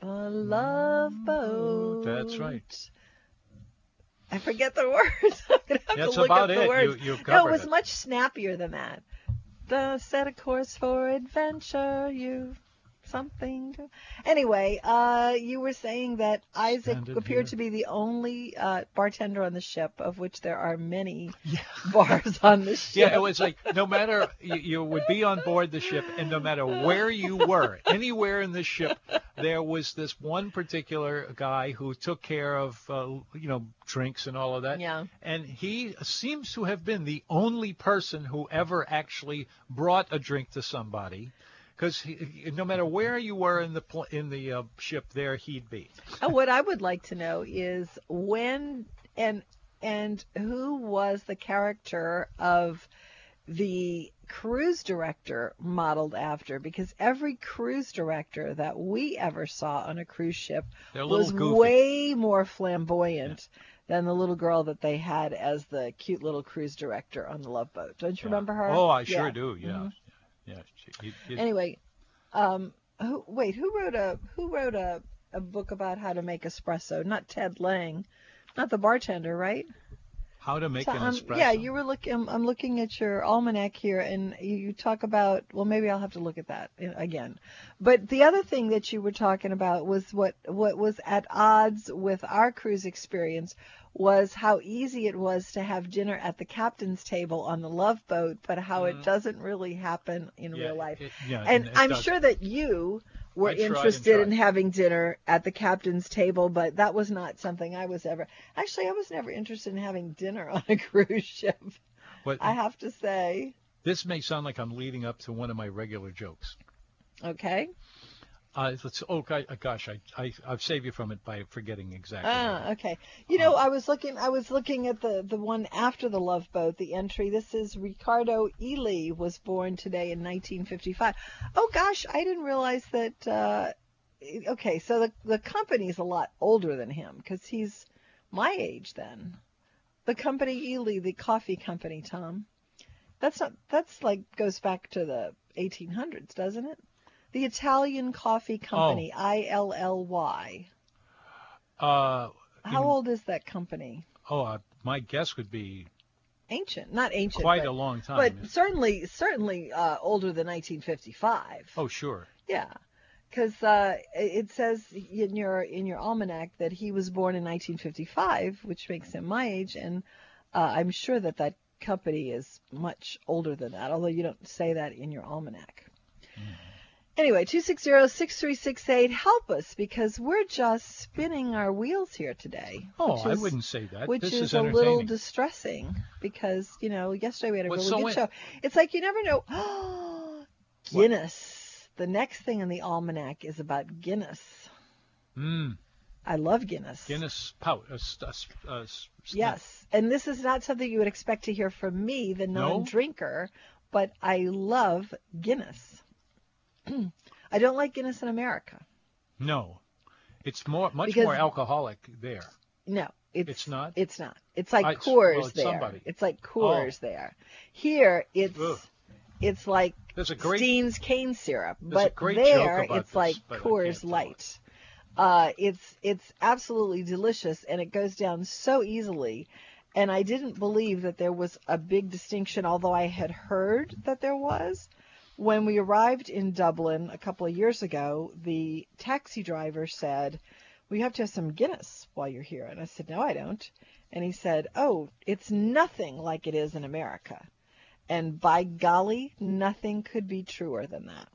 [SPEAKER 3] The Love Boat.
[SPEAKER 2] That's right.
[SPEAKER 3] I forget the <laughs> words. I'm gonna have
[SPEAKER 2] That's
[SPEAKER 3] to look
[SPEAKER 2] about
[SPEAKER 3] up the
[SPEAKER 2] it. You,
[SPEAKER 3] words.
[SPEAKER 2] you've
[SPEAKER 3] no,
[SPEAKER 2] covered
[SPEAKER 3] it was
[SPEAKER 2] it.
[SPEAKER 3] much snappier than that. The set a course for adventure. You something. To... Anyway, uh, you were saying that Isaac
[SPEAKER 2] Standard
[SPEAKER 3] appeared
[SPEAKER 2] here.
[SPEAKER 3] to be the only uh, bartender on the ship, of which there
[SPEAKER 2] <laughs>
[SPEAKER 3] are many bars on the ship.
[SPEAKER 2] Yeah, it was like no matter you, you would be on board the ship, and no matter where you were, anywhere in the ship, there was this one particular guy who took care of uh, you know drinks and all of that.
[SPEAKER 3] Yeah.
[SPEAKER 2] And he seems to have been the only person who ever actually brought a drink to somebody. Because no matter where you were in the pl- in the uh, ship, there he'd be.
[SPEAKER 3] Uh, what I would like to know is when and and who was the character of the cruise director modeled after because every cruise director that we ever saw on a cruise ship
[SPEAKER 2] They're a little
[SPEAKER 3] was
[SPEAKER 2] goofy.
[SPEAKER 3] way more flamboyant than the little girl that they had as the cute little cruise director on the love boat don't you remember her
[SPEAKER 2] Oh, I
[SPEAKER 3] Yeah.
[SPEAKER 2] sure do. Yeah,
[SPEAKER 3] Mhm.
[SPEAKER 2] yeah. She- you- you-
[SPEAKER 3] anyway um who wait who wrote a who wrote a, a book about how to make espresso not ted lang not the bartender right
[SPEAKER 2] how to make
[SPEAKER 3] So,
[SPEAKER 2] an
[SPEAKER 3] um,
[SPEAKER 2] espresso?
[SPEAKER 3] yeah you were looking I'm, I'm looking at your almanac here and you, you talk about well maybe i'll have to look at that i- again but the other thing that you were talking about was what what was at odds with our cruise experience was how easy it was to have dinner at the captain's table on the love boat but how it doesn't really happen in
[SPEAKER 2] Mm-hmm. Yeah,
[SPEAKER 3] real life
[SPEAKER 2] it- yeah,
[SPEAKER 3] and
[SPEAKER 2] it
[SPEAKER 3] I'm
[SPEAKER 2] does.
[SPEAKER 3] sure that you were
[SPEAKER 2] I tried and
[SPEAKER 3] interested in
[SPEAKER 2] tried.
[SPEAKER 3] having dinner at the captain's table, but that was not something I was ever. Actually, I was never interested in having dinner <laughs> on a cruise ship.
[SPEAKER 2] But
[SPEAKER 3] I have to say,
[SPEAKER 2] this may sound like I'm leading up to one of my regular jokes.
[SPEAKER 3] okay,
[SPEAKER 2] Uh, it's, oh go- uh, gosh, I, I I've saved you from it by forgetting exactly.
[SPEAKER 3] Ah, okay. You know, I was looking. I was looking at the the one after the Love Boat. The entry. This is Ricardo Ely was born today in 1955. Oh gosh, I didn't realize that. Uh, okay, so the the company's a lot older than him because he's my age then. The company Ely, the coffee company, Tom. That's not. That's like goes back to the 1800s, doesn't it? The Italian Coffee Company, I L L Y.
[SPEAKER 2] Uh,
[SPEAKER 3] How old is that company?
[SPEAKER 2] oh, uh, my guess would be
[SPEAKER 3] Ancient, not ancient.
[SPEAKER 2] quite
[SPEAKER 3] but,
[SPEAKER 2] a long time.
[SPEAKER 3] But certainly, certainly uh, older than 1955.
[SPEAKER 2] oh, sure.
[SPEAKER 3] Yeah, because uh, it says in your in your almanac that he was born in 1955, which makes him my age, and uh, I'm sure that that company is much older than that. Although you don't say that in your almanac.
[SPEAKER 2] Hmm.
[SPEAKER 3] Anyway, 260-6368, help us because we're just spinning our wheels here today.
[SPEAKER 2] Oh,
[SPEAKER 3] which
[SPEAKER 2] I
[SPEAKER 3] is-
[SPEAKER 2] wouldn't say that.
[SPEAKER 3] which
[SPEAKER 2] this
[SPEAKER 3] is,
[SPEAKER 2] is,
[SPEAKER 3] a little
[SPEAKER 2] entertaining.
[SPEAKER 3] distressing because you know yesterday we had a
[SPEAKER 2] What's
[SPEAKER 3] really
[SPEAKER 2] so
[SPEAKER 3] good
[SPEAKER 2] in-
[SPEAKER 3] show. It's like you never know. <gasps> Guinness. The next thing in the almanac is about Guinness.
[SPEAKER 2] Mm,
[SPEAKER 3] I love Guinness.
[SPEAKER 2] Guinness pout. Uh, st- uh, st- uh, s- st-
[SPEAKER 3] Yes, and this is not something you would expect to hear from me, the
[SPEAKER 2] No?
[SPEAKER 3] non-drinker, but I love Guinness. <clears throat> I don't like Guinness in America.
[SPEAKER 2] No, it's more much
[SPEAKER 3] Because-
[SPEAKER 2] more alcoholic there.
[SPEAKER 3] No, it's,
[SPEAKER 2] It's not?
[SPEAKER 3] It's not. It's like
[SPEAKER 2] I- it's- well,
[SPEAKER 3] Coors
[SPEAKER 2] it's
[SPEAKER 3] there.
[SPEAKER 2] somebody. Oh.
[SPEAKER 3] It's like Coors there. Here it's
[SPEAKER 2] Ugh.
[SPEAKER 3] it's like
[SPEAKER 2] There's a great-
[SPEAKER 3] Steen's cane syrup,
[SPEAKER 2] a
[SPEAKER 3] but
[SPEAKER 2] great
[SPEAKER 3] there
[SPEAKER 2] joke about
[SPEAKER 3] it's
[SPEAKER 2] this,
[SPEAKER 3] like
[SPEAKER 2] but I can't
[SPEAKER 3] Coors
[SPEAKER 2] tell
[SPEAKER 3] Light. Uh, it's it's absolutely delicious and it goes down so easily. And I didn't believe that there was a big distinction, although I had heard that there was. When we arrived in Dublin a couple of years ago, the taxi driver said, "We have to have some Guinness while you're here." And I said, "No, I don't." And he said, "Oh, it's nothing like it is in America." And by golly, nothing could be truer than that.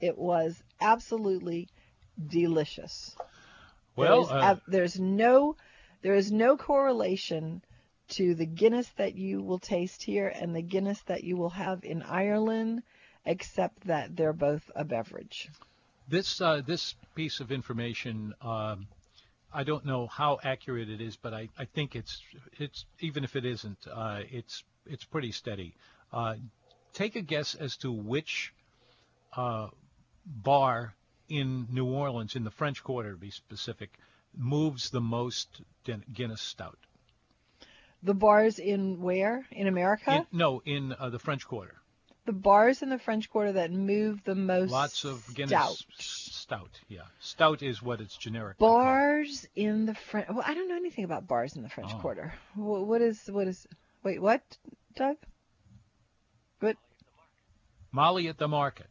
[SPEAKER 3] It was absolutely delicious.
[SPEAKER 2] Well,
[SPEAKER 3] there's,
[SPEAKER 2] uh,
[SPEAKER 3] ab- there's no there is no correlation to the Guinness that you will taste here and the Guinness that you will have in Ireland, except that they're both a beverage.
[SPEAKER 2] This uh, this piece of information, um, I don't know how accurate it is, but I, I think it's it's even if it isn't, uh, it's it's pretty steady. Uh, take a guess as to which uh, bar in New Orleans, in the French Quarter to be specific, moves the most Guin- Guinness Stout.
[SPEAKER 3] The bars in where in America?
[SPEAKER 2] In, no, in uh, the French Quarter,
[SPEAKER 3] the bars in the French Quarter that move the most.
[SPEAKER 2] lots of Guinness
[SPEAKER 3] stout.
[SPEAKER 2] s- Stout. Yeah, Stout is what it's generic.
[SPEAKER 3] Bars in the French. Well, I don't know anything about bars in the French
[SPEAKER 2] Oh.
[SPEAKER 3] Quarter. Wh- What is what is? Wait, what, Doug? What?
[SPEAKER 2] Molly at the market.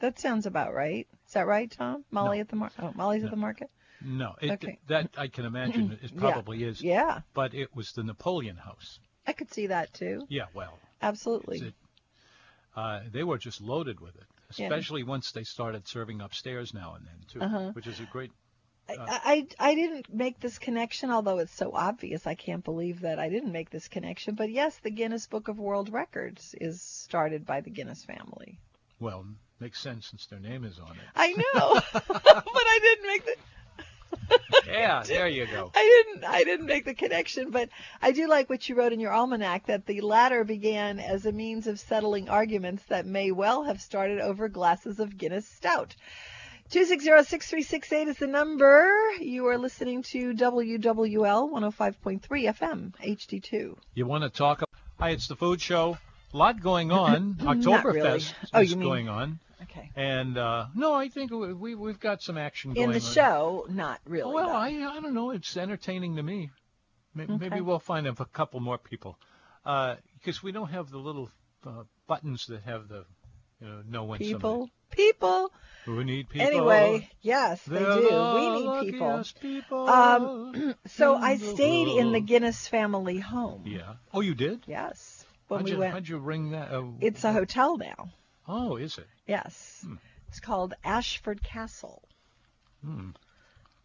[SPEAKER 3] That sounds about right. Is that right, Tom? Molly
[SPEAKER 2] No.
[SPEAKER 3] at the market. Oh, Molly's at the market.
[SPEAKER 2] No, it,
[SPEAKER 3] Okay. Mm-hmm.
[SPEAKER 2] that I can imagine it
[SPEAKER 3] Yeah.
[SPEAKER 2] probably is.
[SPEAKER 3] Yeah,
[SPEAKER 2] But it was the Napoleon House.
[SPEAKER 3] I could see that too.
[SPEAKER 2] Yeah, well,
[SPEAKER 3] Absolutely.
[SPEAKER 2] it- uh, they were just loaded with it,
[SPEAKER 3] Yeah.
[SPEAKER 2] especially once they started serving upstairs now and then too,
[SPEAKER 3] Uh-huh.
[SPEAKER 2] which is a great. uh,
[SPEAKER 3] I, I I didn't make this connection, although it's so obvious. I can't believe that I didn't make this connection. But yes, the Guinness Book of World Records is started by the Guinness family.
[SPEAKER 2] Well, makes sense since their name is on
[SPEAKER 3] <laughs>
[SPEAKER 2] it.
[SPEAKER 3] I know, but I didn't make the
[SPEAKER 2] Yeah, there you go.
[SPEAKER 3] I didn't I didn't make the connection. But I do like what you wrote in your almanac that the latter began as a means of settling arguments that may well have started over glasses of Guinness Stout. 260-6368 is the number. You are listening to WWL 105.3 FM HD2.
[SPEAKER 2] You want to talk? ab- Hi, it's the food show. A lot going on.
[SPEAKER 3] <laughs> Not
[SPEAKER 2] Oktoberfest
[SPEAKER 3] really.
[SPEAKER 2] is
[SPEAKER 3] Oh, you mean-
[SPEAKER 2] going on,
[SPEAKER 3] Okay.
[SPEAKER 2] and uh, no, I think we, we we've got some action
[SPEAKER 3] In
[SPEAKER 2] going
[SPEAKER 3] the
[SPEAKER 2] on.
[SPEAKER 3] show, not really.
[SPEAKER 2] Well,
[SPEAKER 3] though.
[SPEAKER 2] I, I don't know. It's entertaining to me. May-
[SPEAKER 3] Okay.
[SPEAKER 2] Maybe we'll find a couple more people because we don't have the little uh, buttons that have the you know no one.
[SPEAKER 3] people. People.
[SPEAKER 2] We need people.
[SPEAKER 3] Anyway, yes, they
[SPEAKER 2] They're
[SPEAKER 3] do.
[SPEAKER 2] the
[SPEAKER 3] We need people.
[SPEAKER 2] luckiest people.
[SPEAKER 3] Um, <clears throat> So I
[SPEAKER 2] in the
[SPEAKER 3] stayed in the
[SPEAKER 2] world.
[SPEAKER 3] Guinness family home.
[SPEAKER 2] yeah. Oh, you did.
[SPEAKER 3] Yes. When
[SPEAKER 2] how'd,
[SPEAKER 3] we
[SPEAKER 2] you,
[SPEAKER 3] went,
[SPEAKER 2] how'd you ring that? Uh,
[SPEAKER 3] it's a hotel now.
[SPEAKER 2] Oh, is it?
[SPEAKER 3] Yes.
[SPEAKER 2] Hmm.
[SPEAKER 3] It's called Ashford Castle.
[SPEAKER 2] Hmm.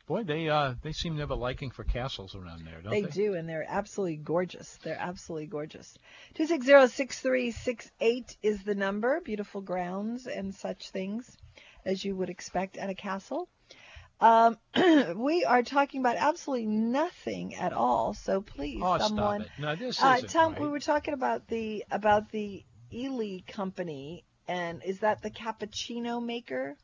[SPEAKER 2] Boy, they uh, they seem to have a liking for castles around there, don't
[SPEAKER 3] They
[SPEAKER 2] they?
[SPEAKER 3] do, and they're absolutely gorgeous. They're absolutely gorgeous. 260-6368 is the number. Beautiful grounds and such things. as you would expect at a castle. Um, <clears throat> we are talking about absolutely nothing at all. So please,
[SPEAKER 2] Oh,
[SPEAKER 3] someone,
[SPEAKER 2] stop it. No, this
[SPEAKER 3] uh,
[SPEAKER 2] isn't
[SPEAKER 3] Tom,
[SPEAKER 2] right.
[SPEAKER 3] we were talking about the about the Ely company, and is that the cappuccino maker?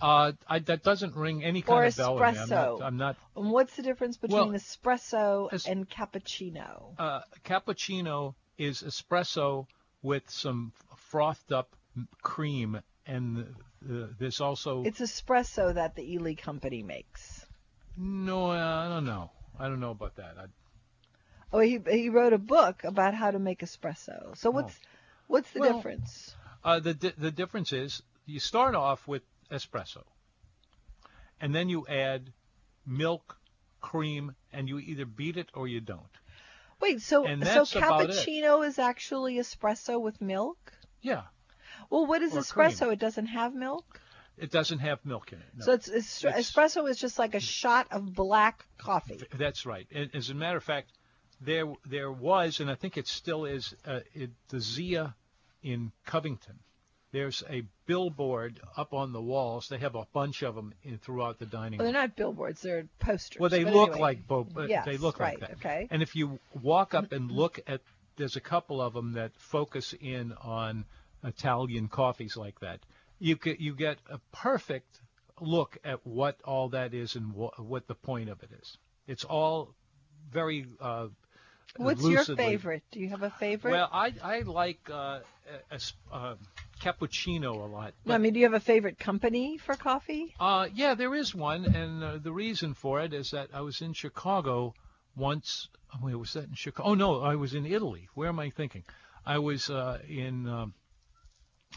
[SPEAKER 2] Uh, I, that doesn't ring any kind
[SPEAKER 3] Or
[SPEAKER 2] of bell in me. I'm not,
[SPEAKER 3] espresso.
[SPEAKER 2] I'm not
[SPEAKER 3] And what's the difference between
[SPEAKER 2] Well,
[SPEAKER 3] espresso
[SPEAKER 2] es-
[SPEAKER 3] and cappuccino?
[SPEAKER 2] uh, cappuccino is espresso with some frothed up cream, and uh, there's also
[SPEAKER 3] It's espresso that the Ely company makes.
[SPEAKER 2] no. I don't know. I don't know about that. I,
[SPEAKER 3] Oh, he he wrote a book about how to make espresso. So what's what's the
[SPEAKER 2] Oh. Well,
[SPEAKER 3] difference?
[SPEAKER 2] Uh, the di- the difference is you start off with espresso, and then you add milk, cream, and you either beat it or you don't.
[SPEAKER 3] Wait, so
[SPEAKER 2] And
[SPEAKER 3] so
[SPEAKER 2] that's about it.
[SPEAKER 3] cappuccino is actually espresso with milk?
[SPEAKER 2] Yeah,
[SPEAKER 3] Well, what is
[SPEAKER 2] Or
[SPEAKER 3] espresso?
[SPEAKER 2] cream.
[SPEAKER 3] It doesn't have milk.
[SPEAKER 2] it doesn't have milk in it. No.
[SPEAKER 3] So it's, it's,
[SPEAKER 2] It's- Mm.
[SPEAKER 3] espresso is just like a shot of black coffee.
[SPEAKER 2] That's right. And as a matter of fact, there there was, and I think it still is, uh, it, the Zia in Covington. There's a billboard up on the walls. They have a bunch of them in, throughout the dining
[SPEAKER 3] Well, they're
[SPEAKER 2] room.
[SPEAKER 3] not billboards; they're posters.
[SPEAKER 2] Well, they
[SPEAKER 3] But
[SPEAKER 2] look
[SPEAKER 3] anyway,
[SPEAKER 2] like bo- uh,
[SPEAKER 3] Yes,
[SPEAKER 2] they look
[SPEAKER 3] right,
[SPEAKER 2] like that.
[SPEAKER 3] okay. Mm-hmm.
[SPEAKER 2] And if you walk up and look at, there's a couple of them that focus in on Italian coffees like that. You get you get a perfect look at what all that is and wha- what the point of it is. It's all very. Uh,
[SPEAKER 3] What's
[SPEAKER 2] lucidly-
[SPEAKER 3] your favorite? Do you have a favorite?
[SPEAKER 2] Well, I I like uh, a, a s- uh, cappuccino a lot.
[SPEAKER 3] no, I mean, do you have a favorite company for coffee?
[SPEAKER 2] Uh, yeah, there is one, and uh, the reason for it is that I was in Chicago once. oh, Wait, was that in Chicago? Oh no, I was in Italy. Where am I thinking? I was uh, in um,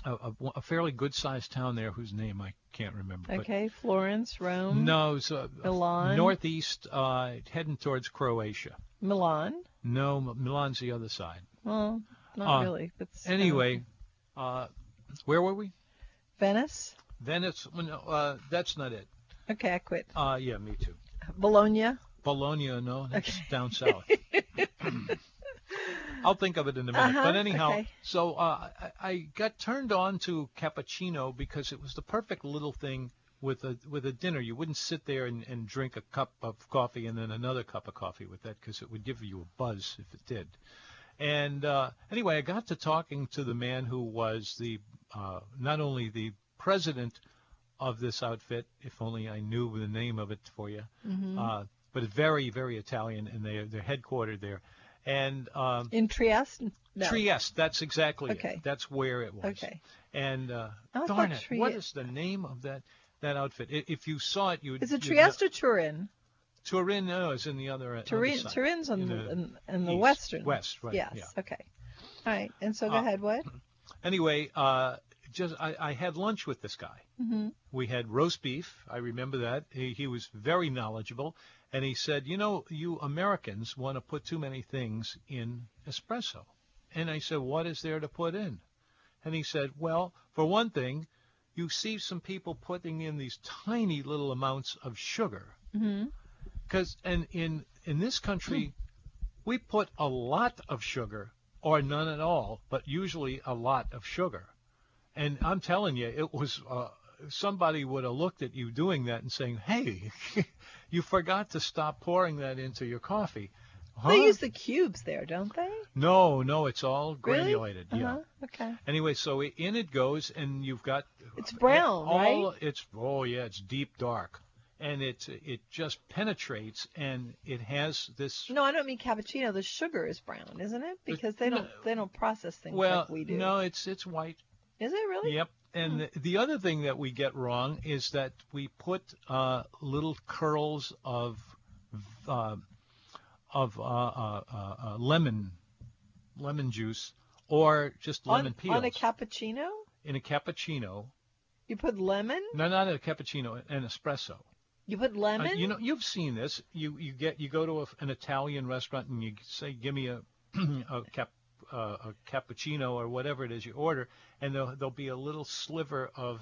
[SPEAKER 2] a, a, a fairly good-sized town there, whose name I can't remember. but-
[SPEAKER 3] Okay, Florence, Rome,
[SPEAKER 2] no, it was uh,
[SPEAKER 3] Milan?
[SPEAKER 2] northeast, uh, heading towards Croatia.
[SPEAKER 3] Milan.
[SPEAKER 2] No, M- Milan's the other side.
[SPEAKER 3] Well, not
[SPEAKER 2] Uh,
[SPEAKER 3] really. That's kind of-
[SPEAKER 2] Anyway, uh, where were we?
[SPEAKER 3] Venice.
[SPEAKER 2] Venice. well, no, Uh, that's not it.
[SPEAKER 3] Okay, I quit.
[SPEAKER 2] Uh, yeah, me too.
[SPEAKER 3] Bologna.
[SPEAKER 2] Bologna, no, that's down
[SPEAKER 3] <laughs>
[SPEAKER 2] south. I'll think of it in a minute.
[SPEAKER 3] Uh-huh,
[SPEAKER 2] But anyhow,
[SPEAKER 3] okay.
[SPEAKER 2] so uh, I, I got turned on to cappuccino because it was the perfect little thing with a with a dinner. You wouldn't sit there and, and drink a cup of coffee and then another cup of coffee with that because it would give you a buzz if it did. And uh, anyway, I got to talking to the man who was the uh, not only the president of this outfit, if only I knew the name of it for you,
[SPEAKER 3] Mm-hmm.
[SPEAKER 2] uh, but very, very Italian, and they, they're headquartered there. And um,
[SPEAKER 3] In Trieste? No.
[SPEAKER 2] Trieste, that's exactly
[SPEAKER 3] Okay.
[SPEAKER 2] it. That's where it was.
[SPEAKER 3] Okay. Oh,
[SPEAKER 2] And uh,
[SPEAKER 3] I thought
[SPEAKER 2] darn it, what
[SPEAKER 3] Trieste-
[SPEAKER 2] is the name of that, that outfit? I- If you saw it, you would.
[SPEAKER 3] Is it
[SPEAKER 2] you'd know-
[SPEAKER 3] Trieste or Turin?
[SPEAKER 2] Turin, no, it's in the other. other
[SPEAKER 3] Turin,
[SPEAKER 2] side,
[SPEAKER 3] Turin's on
[SPEAKER 2] in
[SPEAKER 3] the, in, in the
[SPEAKER 2] east,
[SPEAKER 3] western.
[SPEAKER 2] West, right.
[SPEAKER 3] Yes.
[SPEAKER 2] yeah.
[SPEAKER 3] Okay. All right. And so go
[SPEAKER 2] Uh,
[SPEAKER 3] ahead. What?
[SPEAKER 2] anyway, uh, just I, I had lunch with this guy.
[SPEAKER 3] Mhm.
[SPEAKER 2] We had roast beef. I remember that. He, he was very knowledgeable, and he said, "You know, you Americans want to put too many things in espresso." And I said, "What is there to put in?" And he said, "Well, for one thing, you see some people putting in these tiny little amounts of sugar,
[SPEAKER 3] Mm-hmm.
[SPEAKER 2] because and in in this country." We put a lot of sugar or none at all, but usually a lot of sugar. And I'm telling you, it was uh, somebody would have looked at you doing that and saying, "Hey, <laughs> you forgot to stop pouring that into your coffee." Huh?
[SPEAKER 3] They use the cubes there, don't they?
[SPEAKER 2] no, no, it's all
[SPEAKER 3] Really?
[SPEAKER 2] granulated. Yeah.
[SPEAKER 3] Uh-huh. Okay.
[SPEAKER 2] Anyway, so i- in it goes, and you've got
[SPEAKER 3] It's brown,
[SPEAKER 2] all,
[SPEAKER 3] right?
[SPEAKER 2] It's oh yeah, it's deep dark, and it it just penetrates, and it has this
[SPEAKER 3] No, I don't mean cappuccino. The sugar is brown, isn't it? Because they don't they don't process things
[SPEAKER 2] well,
[SPEAKER 3] like we do.
[SPEAKER 2] no, it's it's white.
[SPEAKER 3] Is it really?
[SPEAKER 2] Yep. And the, the other thing that we get wrong is that we put uh, little curls of uh, of uh, uh, uh, uh, lemon lemon juice or just lemon
[SPEAKER 3] on,
[SPEAKER 2] peels
[SPEAKER 3] on a cappuccino,
[SPEAKER 2] in a cappuccino.
[SPEAKER 3] you put lemon.
[SPEAKER 2] No, not a cappuccino, an espresso.
[SPEAKER 3] You put
[SPEAKER 2] Uh,
[SPEAKER 3] lemon.
[SPEAKER 2] you know, you've seen this. You you get you go to a, an Italian restaurant and you say, "Give me a <clears throat> a, cap, uh, a cappuccino or whatever it is you order," and there'll, there'll be a little sliver of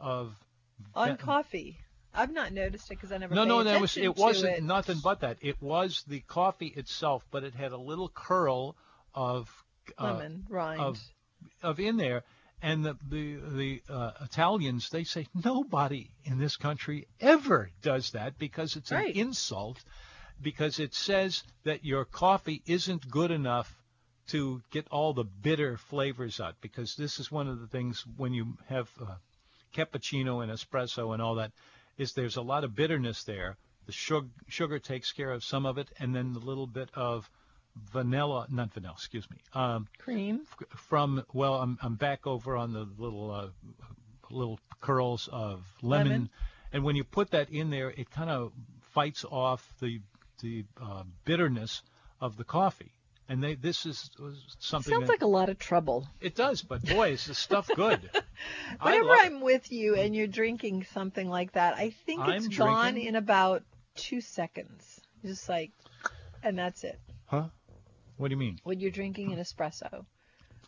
[SPEAKER 2] of
[SPEAKER 3] on
[SPEAKER 2] that-
[SPEAKER 3] coffee. I've not noticed it because I never.
[SPEAKER 2] no,
[SPEAKER 3] pay
[SPEAKER 2] no, that was
[SPEAKER 3] attention
[SPEAKER 2] it.
[SPEAKER 3] to
[SPEAKER 2] Wasn't
[SPEAKER 3] it.
[SPEAKER 2] nothing but that. It was the coffee itself, but it had a little curl of uh,
[SPEAKER 3] lemon rind.
[SPEAKER 2] of in there, And the the, the uh, Italians they say nobody in this country ever does that because it's
[SPEAKER 3] Right.
[SPEAKER 2] an insult, because it says that your coffee isn't good enough to get all the bitter flavors out. Because this is one of the things when you have uh, cappuccino and espresso and all that is there's a lot of bitterness there. The sugar, sugar takes care of some of it, and then the little bit of vanilla, not vanilla, excuse me, um,
[SPEAKER 3] Cream.
[SPEAKER 2] from well, I'm, I'm back over on the little uh, little curls of lemon.
[SPEAKER 3] Lemon.
[SPEAKER 2] and when you put that in there, it kind of fights off the the uh, bitterness of the coffee. And they this is was something
[SPEAKER 3] Sounds
[SPEAKER 2] that,
[SPEAKER 3] like a lot of trouble.
[SPEAKER 2] it does, but boy, is the stuff
[SPEAKER 3] <laughs>
[SPEAKER 2] good. I
[SPEAKER 3] Whenever
[SPEAKER 2] love it.
[SPEAKER 3] I'm with you and you're drinking something like that, I think it's
[SPEAKER 2] I'm
[SPEAKER 3] gone
[SPEAKER 2] drinking-
[SPEAKER 3] in about two seconds. Just like, and that's it.
[SPEAKER 2] huh? What do you mean?
[SPEAKER 3] When you're drinking an espresso,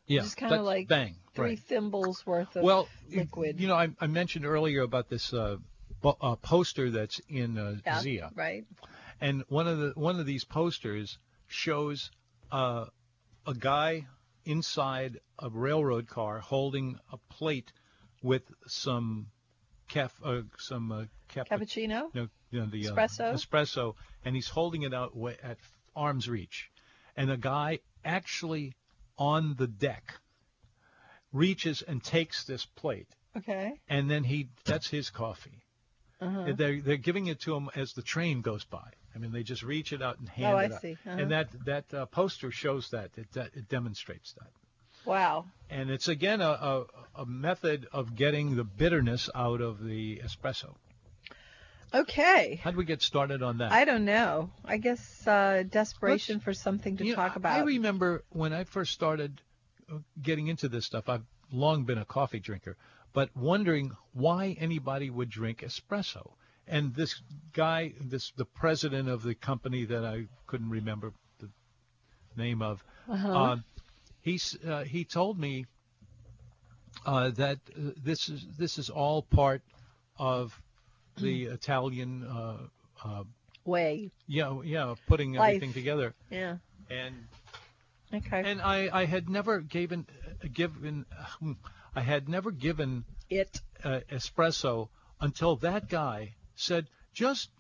[SPEAKER 2] Yeah,
[SPEAKER 3] just kind of
[SPEAKER 2] that's
[SPEAKER 3] like
[SPEAKER 2] bang,
[SPEAKER 3] three
[SPEAKER 2] right.
[SPEAKER 3] thimbles worth of
[SPEAKER 2] well, you-
[SPEAKER 3] liquid.
[SPEAKER 2] You know, I, I mentioned earlier about this uh, bo- uh, poster that's in uh,
[SPEAKER 3] Yeah,
[SPEAKER 2] Zia,
[SPEAKER 3] right?
[SPEAKER 2] and one of the one of these posters shows uh, a guy inside a railroad car holding a plate with some caf- uh, some uh, cap-
[SPEAKER 3] Cappuccino.
[SPEAKER 2] no, you know, the uh,
[SPEAKER 3] Espresso?
[SPEAKER 2] espresso, and he's holding it out wa- at arm's reach, and the guy actually on the deck reaches and takes this plate,
[SPEAKER 3] Okay.
[SPEAKER 2] and then he that's his coffee.
[SPEAKER 3] Uh-huh.
[SPEAKER 2] They're they're giving it to him as the train goes by. I mean, they just reach it out and hand
[SPEAKER 3] I
[SPEAKER 2] it out.
[SPEAKER 3] see. Uh-huh.
[SPEAKER 2] And that that uh, poster shows that it, that it demonstrates that.
[SPEAKER 3] Wow.
[SPEAKER 2] And it's again a, a, a method of getting the bitterness out of the espresso.
[SPEAKER 3] Okay.
[SPEAKER 2] How would we get started on that?
[SPEAKER 3] I don't know. I guess uh, desperation for something to
[SPEAKER 2] You know,
[SPEAKER 3] talk
[SPEAKER 2] I-
[SPEAKER 3] about.
[SPEAKER 2] I remember when I first started uh, getting into this stuff. I've long been a coffee drinker, but wondering why anybody would drink espresso. And this guy, this the president of the company that I couldn't remember the name of,
[SPEAKER 3] Uh-huh.
[SPEAKER 2] uh, he uh, he told me uh, that uh, this is this is all part of
[SPEAKER 3] <clears throat>
[SPEAKER 2] the Italian, uh,
[SPEAKER 3] Way.
[SPEAKER 2] yeah, yeah, putting
[SPEAKER 3] Life.
[SPEAKER 2] everything together.
[SPEAKER 3] Yeah.
[SPEAKER 2] And
[SPEAKER 3] Okay.
[SPEAKER 2] and I, I had never given given <sighs> I had never given
[SPEAKER 3] it.
[SPEAKER 2] uh, espresso until that guy said just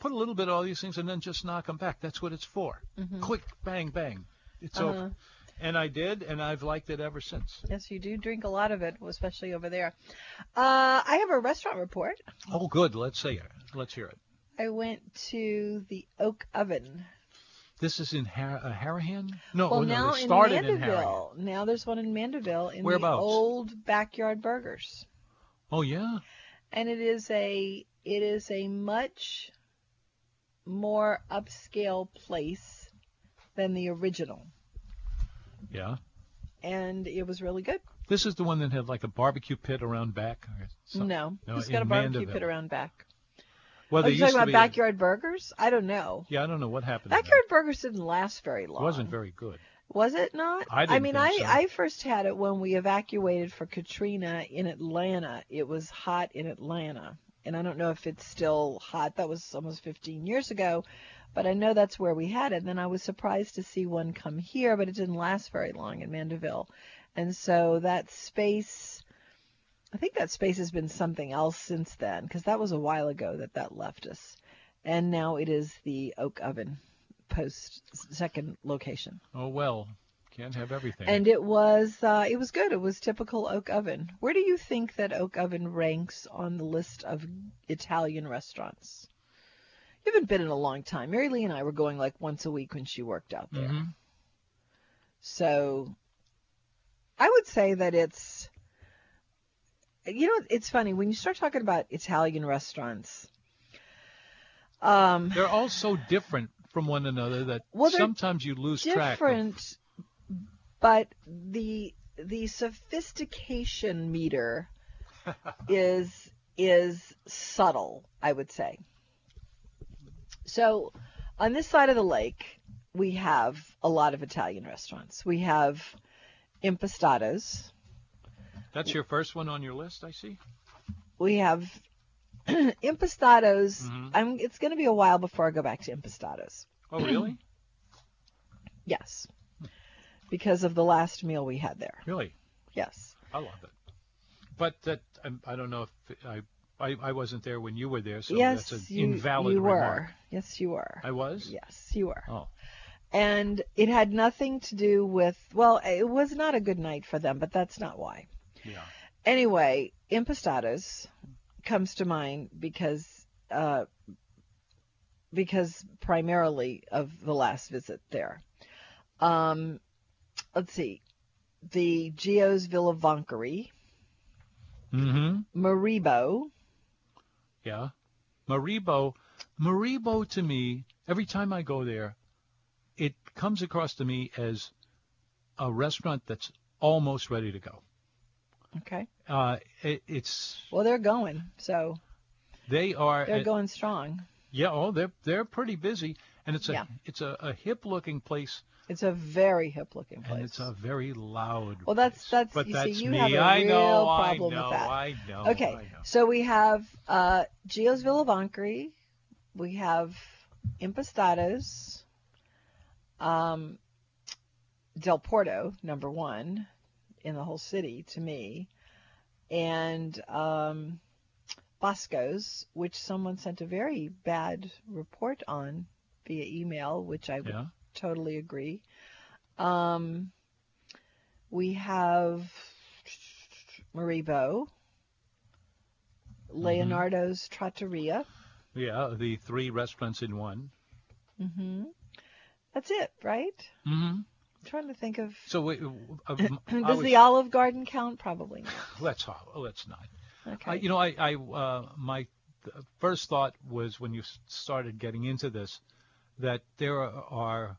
[SPEAKER 2] put a little bit of all these things and then just knock them back. That's what it's for.
[SPEAKER 3] Mm-hmm.
[SPEAKER 2] Quick bang bang, it's
[SPEAKER 3] Uh-huh.
[SPEAKER 2] over. And I did, and I've liked it ever since.
[SPEAKER 3] Yes, you do drink a lot of it, especially over there. Uh, I have a restaurant report.
[SPEAKER 2] Oh, good. Let's say it. Let's hear it.
[SPEAKER 3] I went to the Oak Oven.
[SPEAKER 2] This is in Har- uh, Harahan. No,
[SPEAKER 3] well,
[SPEAKER 2] no,
[SPEAKER 3] now
[SPEAKER 2] they
[SPEAKER 3] in
[SPEAKER 2] started in Harahan.
[SPEAKER 3] Mandeville. now there's one in Mandeville in the
[SPEAKER 2] Whereabouts?
[SPEAKER 3] old Backyard Burgers,
[SPEAKER 2] Oh yeah.
[SPEAKER 3] and it is a it is a much more upscale place than the original,
[SPEAKER 2] Yeah.
[SPEAKER 3] and it was really good.
[SPEAKER 2] This is the one that had like a barbecue pit around back. Or something.
[SPEAKER 3] no,
[SPEAKER 2] No,
[SPEAKER 3] it's
[SPEAKER 2] in
[SPEAKER 3] got a barbecue
[SPEAKER 2] Mandeville.
[SPEAKER 3] pit around back.
[SPEAKER 2] Well,
[SPEAKER 3] Are
[SPEAKER 2] there
[SPEAKER 3] you
[SPEAKER 2] used
[SPEAKER 3] talking
[SPEAKER 2] to
[SPEAKER 3] about
[SPEAKER 2] be a-
[SPEAKER 3] Backyard Burgers? I don't know.
[SPEAKER 2] Yeah, I don't know what happened. to that.
[SPEAKER 3] Backyard Burgers didn't last very long.
[SPEAKER 2] wasn't very good.
[SPEAKER 3] Was it not?
[SPEAKER 2] I didn't
[SPEAKER 3] mean,
[SPEAKER 2] think
[SPEAKER 3] I
[SPEAKER 2] so.
[SPEAKER 3] I first had it when we evacuated for Katrina in Atlanta. It was hot in Atlanta, and I don't know if it's still hot. That was almost 15 years ago, but I know that's where we had it. And then I was surprised to see one come here, but it didn't last very long in Mandeville, and so that space. I think that space has been something else since then, because that was a while ago that that left us, and now it is the Oak Oven post second location
[SPEAKER 2] Oh well, can't have everything.
[SPEAKER 3] and it was uh, it was good. It was typical Oak Oven. Where do you think that Oak Oven ranks on the list of Italian restaurants? You haven't been in a long time. Mary Lee and I were going like once a week when she worked out there.
[SPEAKER 2] Mhm.
[SPEAKER 3] So I would say that it's you know it's funny when you start talking about Italian restaurants. Um,
[SPEAKER 2] they're all so different from one another that
[SPEAKER 3] Well, they're
[SPEAKER 2] sometimes you lose track. of-
[SPEAKER 3] different, but the the sophistication meter is is subtle, I would say. So, on this side of the lake, we have a lot of Italian restaurants. We have impastados.
[SPEAKER 2] That's your first one on your list, I see.
[SPEAKER 3] We have <clears throat> impastados.
[SPEAKER 2] Mhm.
[SPEAKER 3] I'm, it's going to be a while before I go back to impastados.
[SPEAKER 2] Oh
[SPEAKER 3] <clears throat>
[SPEAKER 2] really?
[SPEAKER 3] Yes, because of the last meal we had there.
[SPEAKER 2] really?
[SPEAKER 3] Yes.
[SPEAKER 2] I love it. But that I'm- I don't know if I I, I wasn't there when you were there, so
[SPEAKER 3] yes,
[SPEAKER 2] that's an
[SPEAKER 3] you,
[SPEAKER 2] invalid
[SPEAKER 3] you were.
[SPEAKER 2] remark.
[SPEAKER 3] Yes, you were.
[SPEAKER 2] I was.
[SPEAKER 3] Yes, you were.
[SPEAKER 2] Oh,
[SPEAKER 3] And it had nothing to do with, well, it was not a good night for them, but that's not why.
[SPEAKER 2] yeah.
[SPEAKER 3] Anyway, Impostados comes to mind because, uh, because primarily of the last visit there. Um, let's see. The Geo's Villa Vonkery,
[SPEAKER 2] Mm-hmm.
[SPEAKER 3] Maribo,
[SPEAKER 2] Yeah. Maribo, Maribo to me, every time I go there, it comes across to me as a restaurant that's almost ready to go.
[SPEAKER 3] okay.
[SPEAKER 2] Uh, it, it's
[SPEAKER 3] Well, they're going, so
[SPEAKER 2] they are
[SPEAKER 3] they're
[SPEAKER 2] and-
[SPEAKER 3] going strong.
[SPEAKER 2] yeah oh they're they're pretty busy and it's a
[SPEAKER 3] Yeah.
[SPEAKER 2] it's a, a hip looking place
[SPEAKER 3] It's a very hip looking place.
[SPEAKER 2] and it's a very loud
[SPEAKER 3] Well, that's-
[SPEAKER 2] place.
[SPEAKER 3] that's-
[SPEAKER 2] but
[SPEAKER 3] you see,
[SPEAKER 2] that's
[SPEAKER 3] you
[SPEAKER 2] me
[SPEAKER 3] have a
[SPEAKER 2] I know
[SPEAKER 3] real problem
[SPEAKER 2] I
[SPEAKER 3] with
[SPEAKER 2] know
[SPEAKER 3] that.
[SPEAKER 2] I know
[SPEAKER 3] okay,
[SPEAKER 2] I know.
[SPEAKER 3] so we have uh, Gio's Villavancri, we have Impastados, um, Del Porto, number one in the whole city to me, and um, Bosco's, which someone sent a very bad report on via email, which I would
[SPEAKER 2] yeah
[SPEAKER 3] totally agree. Um, we have Maribo,
[SPEAKER 2] Mm-hmm.
[SPEAKER 3] Leonardo's Trattoria.
[SPEAKER 2] yeah the three restaurants in one
[SPEAKER 3] hmm That's it, right?
[SPEAKER 2] mm-hmm.
[SPEAKER 3] I'm trying to think of.
[SPEAKER 2] so wait,
[SPEAKER 3] <coughs>
[SPEAKER 2] uh, I
[SPEAKER 3] Does
[SPEAKER 2] was-
[SPEAKER 3] the Olive Garden count? Probably not.
[SPEAKER 2] let's ho- let's not <laughs>
[SPEAKER 3] Okay.
[SPEAKER 2] I, you know, I, I uh, my th- first thought was when you s- started getting into this that there are, are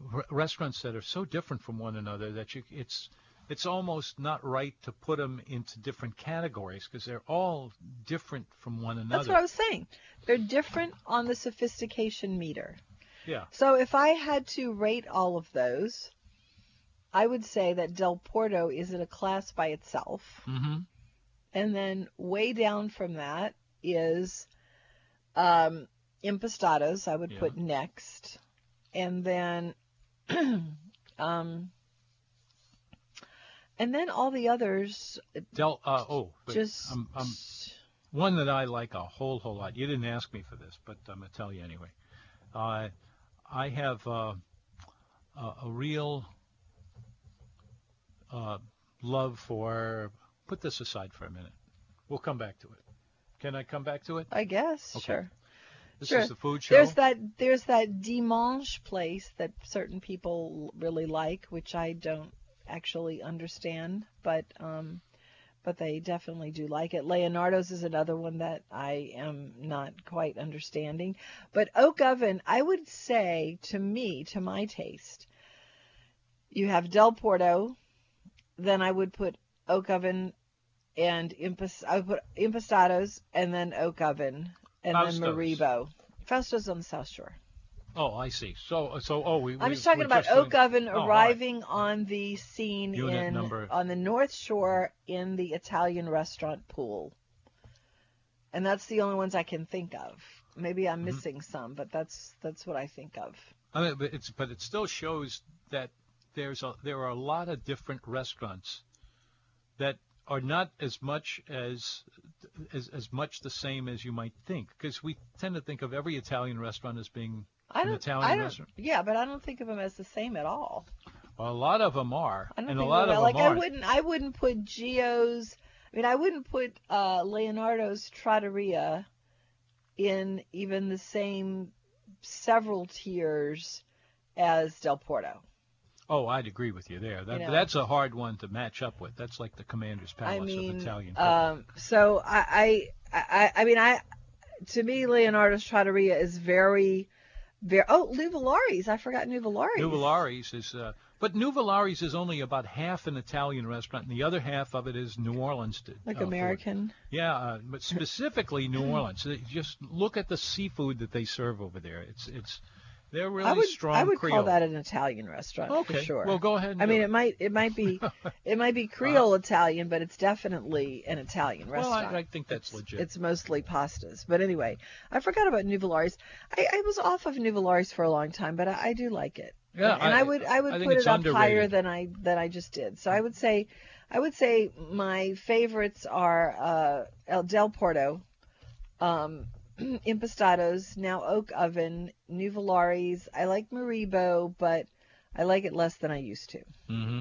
[SPEAKER 2] re- restaurants that are so different from one another that you it's it's almost not right to put them into different categories because they're all different from one another.
[SPEAKER 3] That's what I was saying. They're different on the sophistication meter.
[SPEAKER 2] Yeah.
[SPEAKER 3] So if I had to rate all of those, I would say that Del Porto is in a class by itself.
[SPEAKER 2] Mm-hmm.
[SPEAKER 3] And then way down from that is um, Impastados, I would
[SPEAKER 2] Yeah.
[SPEAKER 3] put next. And then <clears throat> um, and then all the others
[SPEAKER 2] Del. Uh, oh, wait,
[SPEAKER 3] just
[SPEAKER 2] I'm, I'm one that I like a whole whole lot. You didn't ask me for this, but I'm gonna tell you anyway. Uh, I have uh, a, a real uh, love for. Put this aside for a minute. We'll come back to it. Can I come back to it?
[SPEAKER 3] I guess,
[SPEAKER 2] Okay.
[SPEAKER 3] sure.
[SPEAKER 2] This
[SPEAKER 3] sure.
[SPEAKER 2] is the food show.
[SPEAKER 3] There's that there's that Dimanche place that certain people really like, which I don't actually understand, but um, but they definitely do like it. Leonardo's is another one that I am not quite understanding, but Oak Oven, I would say to me, to my taste, you have Del Porto, then I would put Oak Oven and impas- I would put Impastados and then Oak Oven and then
[SPEAKER 2] Faustos.
[SPEAKER 3] Maribo. Fausto's on the South Shore.
[SPEAKER 2] oh, I see. So, so oh, we.
[SPEAKER 3] I'm
[SPEAKER 2] we-
[SPEAKER 3] just talking
[SPEAKER 2] we're
[SPEAKER 3] about
[SPEAKER 2] just
[SPEAKER 3] Oak
[SPEAKER 2] doing-
[SPEAKER 3] Oven
[SPEAKER 2] Oh, all right.
[SPEAKER 3] arriving on the scene
[SPEAKER 2] Unit
[SPEAKER 3] in
[SPEAKER 2] number.
[SPEAKER 3] on the North Shore in the Italian restaurant pool, and that's the only ones I can think of. Maybe
[SPEAKER 2] Mm-hmm.
[SPEAKER 3] I'm missing some, but that's that's what I think of.
[SPEAKER 2] I mean, but it's but it still shows that there's a there are a lot of different restaurants that are not as much as as, as much the same as you might think because we tend to think of every Italian restaurant as being
[SPEAKER 3] I
[SPEAKER 2] An
[SPEAKER 3] don't.
[SPEAKER 2] Italian
[SPEAKER 3] I don't.
[SPEAKER 2] restaurant.
[SPEAKER 3] Yeah, but I don't think of them as the same at all.
[SPEAKER 2] well, a lot of them are
[SPEAKER 3] I don't
[SPEAKER 2] and a
[SPEAKER 3] think
[SPEAKER 2] lot
[SPEAKER 3] of,
[SPEAKER 2] of
[SPEAKER 3] like
[SPEAKER 2] them
[SPEAKER 3] I
[SPEAKER 2] aren't.
[SPEAKER 3] wouldn't. I wouldn't put Geo's. I mean, I wouldn't put uh, Leonardo's Trattoria in even the same several tiers as Del Porto.
[SPEAKER 2] Oh, I'd agree with you there. That,
[SPEAKER 3] know.
[SPEAKER 2] That's a hard one to match up with. That's like the Commander's Palace
[SPEAKER 3] I
[SPEAKER 2] of
[SPEAKER 3] mean,
[SPEAKER 2] Italian. cooking.
[SPEAKER 3] um, so I, I, I, I mean, I, to me, Leonardo's Trattoria is very, very. Oh, Nuvolari's. I forgot Nuvolari's.
[SPEAKER 2] Nuvolari's is, uh, but Nuvolari's is only about half an Italian restaurant, and the other half of it is New Orleans. uh,
[SPEAKER 3] Like
[SPEAKER 2] food.
[SPEAKER 3] American.
[SPEAKER 2] Yeah, uh, but specifically New Orleans. They- Just look at the seafood that they serve over there. It's it's they're really
[SPEAKER 3] I would,
[SPEAKER 2] strong.
[SPEAKER 3] I would
[SPEAKER 2] Creole.
[SPEAKER 3] call that an Italian restaurant
[SPEAKER 2] okay.
[SPEAKER 3] for sure.
[SPEAKER 2] Well, go ahead. And
[SPEAKER 3] I
[SPEAKER 2] do
[SPEAKER 3] mean,
[SPEAKER 2] it.
[SPEAKER 3] it might, it might
[SPEAKER 2] <laughs>
[SPEAKER 3] be, it might be Creole Italian, but it's definitely an Italian
[SPEAKER 2] well,
[SPEAKER 3] restaurant.
[SPEAKER 2] I, I think that's legit.
[SPEAKER 3] It's mostly pastas. But anyway, I forgot about Nuvolari's. I, I was off of Nuvolari's for a long time, but I, I do like it.
[SPEAKER 2] Yeah,
[SPEAKER 3] and I,
[SPEAKER 2] I-
[SPEAKER 3] would I would
[SPEAKER 2] I think
[SPEAKER 3] put
[SPEAKER 2] it's
[SPEAKER 3] it up higher
[SPEAKER 2] underrated.
[SPEAKER 3] than I than I just did. So I would say I would say my favorites are uh, El Del Porto, um, <clears throat> Impastados, now Oak Oven, New Valaris. I like Maribo, but I like it less than I used to.
[SPEAKER 2] Mm-hmm.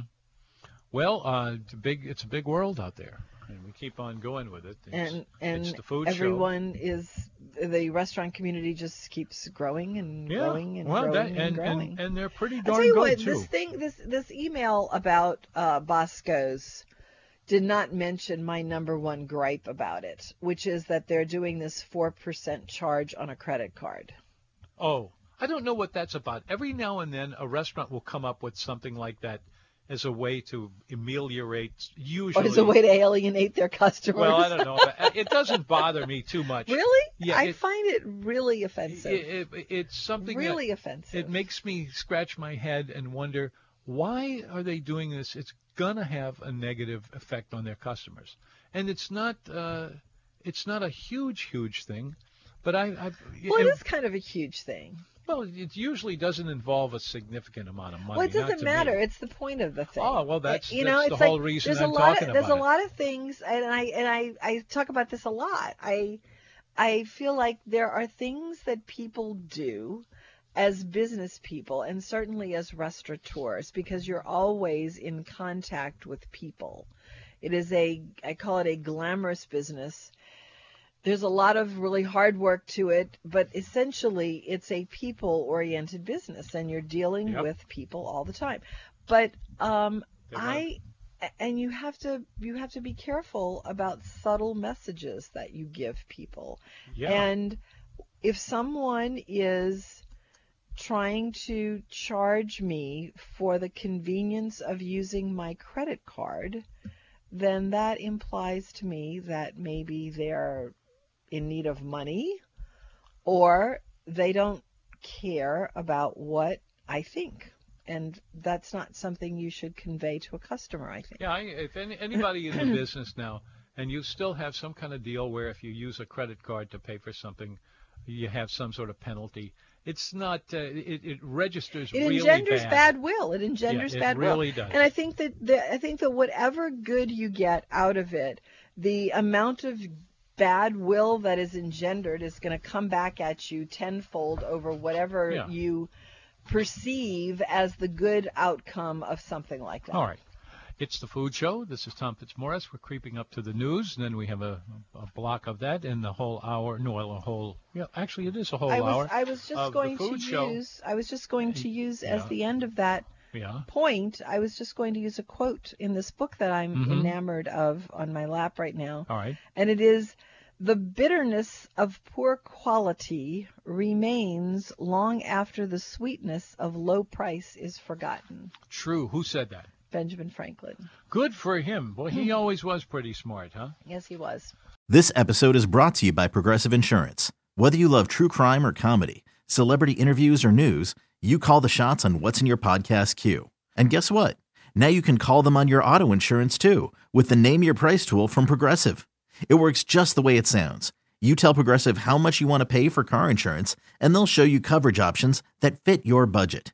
[SPEAKER 2] Well, uh, it's a big it's a big world out there, and we keep on going with it. It's,
[SPEAKER 3] and and
[SPEAKER 2] it's the food show.
[SPEAKER 3] everyone is the restaurant community just keeps growing and
[SPEAKER 2] yeah.
[SPEAKER 3] growing and
[SPEAKER 2] well,
[SPEAKER 3] growing
[SPEAKER 2] that,
[SPEAKER 3] and,
[SPEAKER 2] and, and,
[SPEAKER 3] growing.
[SPEAKER 2] and they're pretty
[SPEAKER 3] I'll
[SPEAKER 2] darn
[SPEAKER 3] tell you
[SPEAKER 2] good
[SPEAKER 3] what,
[SPEAKER 2] too.
[SPEAKER 3] this thing, this this email about uh, Bosco's did not mention my number one gripe about it, which is that they're doing this four percent charge on a credit card.
[SPEAKER 2] Oh, I don't know what that's about. Every now and then, a restaurant will come up with something like that as a way to ameliorate.
[SPEAKER 3] Or
[SPEAKER 2] Usually,
[SPEAKER 3] is a way to alienate their customers?
[SPEAKER 2] well, I don't know. but uh, It doesn't bother me too much.
[SPEAKER 3] <laughs> really?
[SPEAKER 2] Yeah,
[SPEAKER 3] I
[SPEAKER 2] it-
[SPEAKER 3] find it really
[SPEAKER 2] It,
[SPEAKER 3] offensive.
[SPEAKER 2] it- it's something that-
[SPEAKER 3] really offensive.
[SPEAKER 2] it makes me scratch my head and wonder why are they doing this? It's gonna have a negative effect on their customers, and it's not uh, it's not a huge huge thing, but I, I
[SPEAKER 3] well, it
[SPEAKER 2] and-
[SPEAKER 3] is kind of a huge thing.
[SPEAKER 2] well, it usually doesn't involve a significant amount of money.
[SPEAKER 3] Well, it
[SPEAKER 2] not
[SPEAKER 3] doesn't
[SPEAKER 2] to
[SPEAKER 3] matter.
[SPEAKER 2] Me.
[SPEAKER 3] It's the point of the thing.
[SPEAKER 2] Oh, well,
[SPEAKER 3] Uh,
[SPEAKER 2] that's-
[SPEAKER 3] you
[SPEAKER 2] that's
[SPEAKER 3] know,
[SPEAKER 2] the
[SPEAKER 3] it's like,
[SPEAKER 2] whole reason
[SPEAKER 3] there's a
[SPEAKER 2] I'm
[SPEAKER 3] lot
[SPEAKER 2] talking
[SPEAKER 3] of there's
[SPEAKER 2] about
[SPEAKER 3] a
[SPEAKER 2] it.
[SPEAKER 3] lot of things, and I and I I talk about this a lot. I I feel like there are things that people do as business people and certainly as restaurateurs because you're always in contact with people. It is a I call it a glamorous business. There's a lot of really hard work to it, but essentially it's a people oriented business and you're dealing
[SPEAKER 2] Yep.
[SPEAKER 3] with people all the time. But um
[SPEAKER 2] They wanna-
[SPEAKER 3] I and you have to you have to be careful about subtle messages that you give people.
[SPEAKER 2] Yeah.
[SPEAKER 3] And if someone is trying to charge me for the convenience of using my credit card, then that implies to me that maybe they're in need of money or they don't care about what I think. And that's not something you should convey to a customer, I think.
[SPEAKER 2] Yeah, I, if any, anybody in
[SPEAKER 3] <coughs>
[SPEAKER 2] the business now, and you still have some kind of deal where if you use a credit card to pay for something, you have some sort of penalty. It's not. Uh, it, it registers
[SPEAKER 3] it
[SPEAKER 2] really
[SPEAKER 3] engenders
[SPEAKER 2] bad.
[SPEAKER 3] bad. will. It engenders
[SPEAKER 2] it
[SPEAKER 3] bad
[SPEAKER 2] really
[SPEAKER 3] will.
[SPEAKER 2] does.
[SPEAKER 3] And I think that the, I think that whatever good you get out of it, the amount of bad will that is engendered is going to come back at you tenfold over whatever
[SPEAKER 2] Yeah.
[SPEAKER 3] you perceive as the good outcome of something like that.
[SPEAKER 2] All right. It's the food show. This is Tom Fitzmaurice. We're creeping up to the news, and then we have a, a block of that and the whole hour. No, well, a whole. Yeah, actually, it is a whole
[SPEAKER 3] I was
[SPEAKER 2] hour.
[SPEAKER 3] I was just
[SPEAKER 2] of the
[SPEAKER 3] going to
[SPEAKER 2] food show.
[SPEAKER 3] use I was just going to use as
[SPEAKER 2] Yeah.
[SPEAKER 3] the end of that
[SPEAKER 2] yeah.
[SPEAKER 3] point I was just going to use a quote in this book that I'm
[SPEAKER 2] Mhm.
[SPEAKER 3] enamored of on my lap right now.
[SPEAKER 2] All right.
[SPEAKER 3] and it is the bitterness of poor quality remains long after the sweetness of low price is forgotten.
[SPEAKER 2] True. Who said that?
[SPEAKER 3] Benjamin Franklin.
[SPEAKER 2] Good for him. Boy,
[SPEAKER 3] Hmm.
[SPEAKER 2] he always was pretty smart, huh?
[SPEAKER 3] Yes, he was.
[SPEAKER 1] This episode is brought to you by Progressive Insurance. Whether you love true crime or comedy, celebrity interviews or news, you call the shots on what's in your podcast queue. And guess what? Now you can call them on your auto insurance too with the Name Your Price tool from Progressive. It works just the way it sounds. You tell Progressive how much you want to pay for car insurance, and they'll show you coverage options that fit your budget.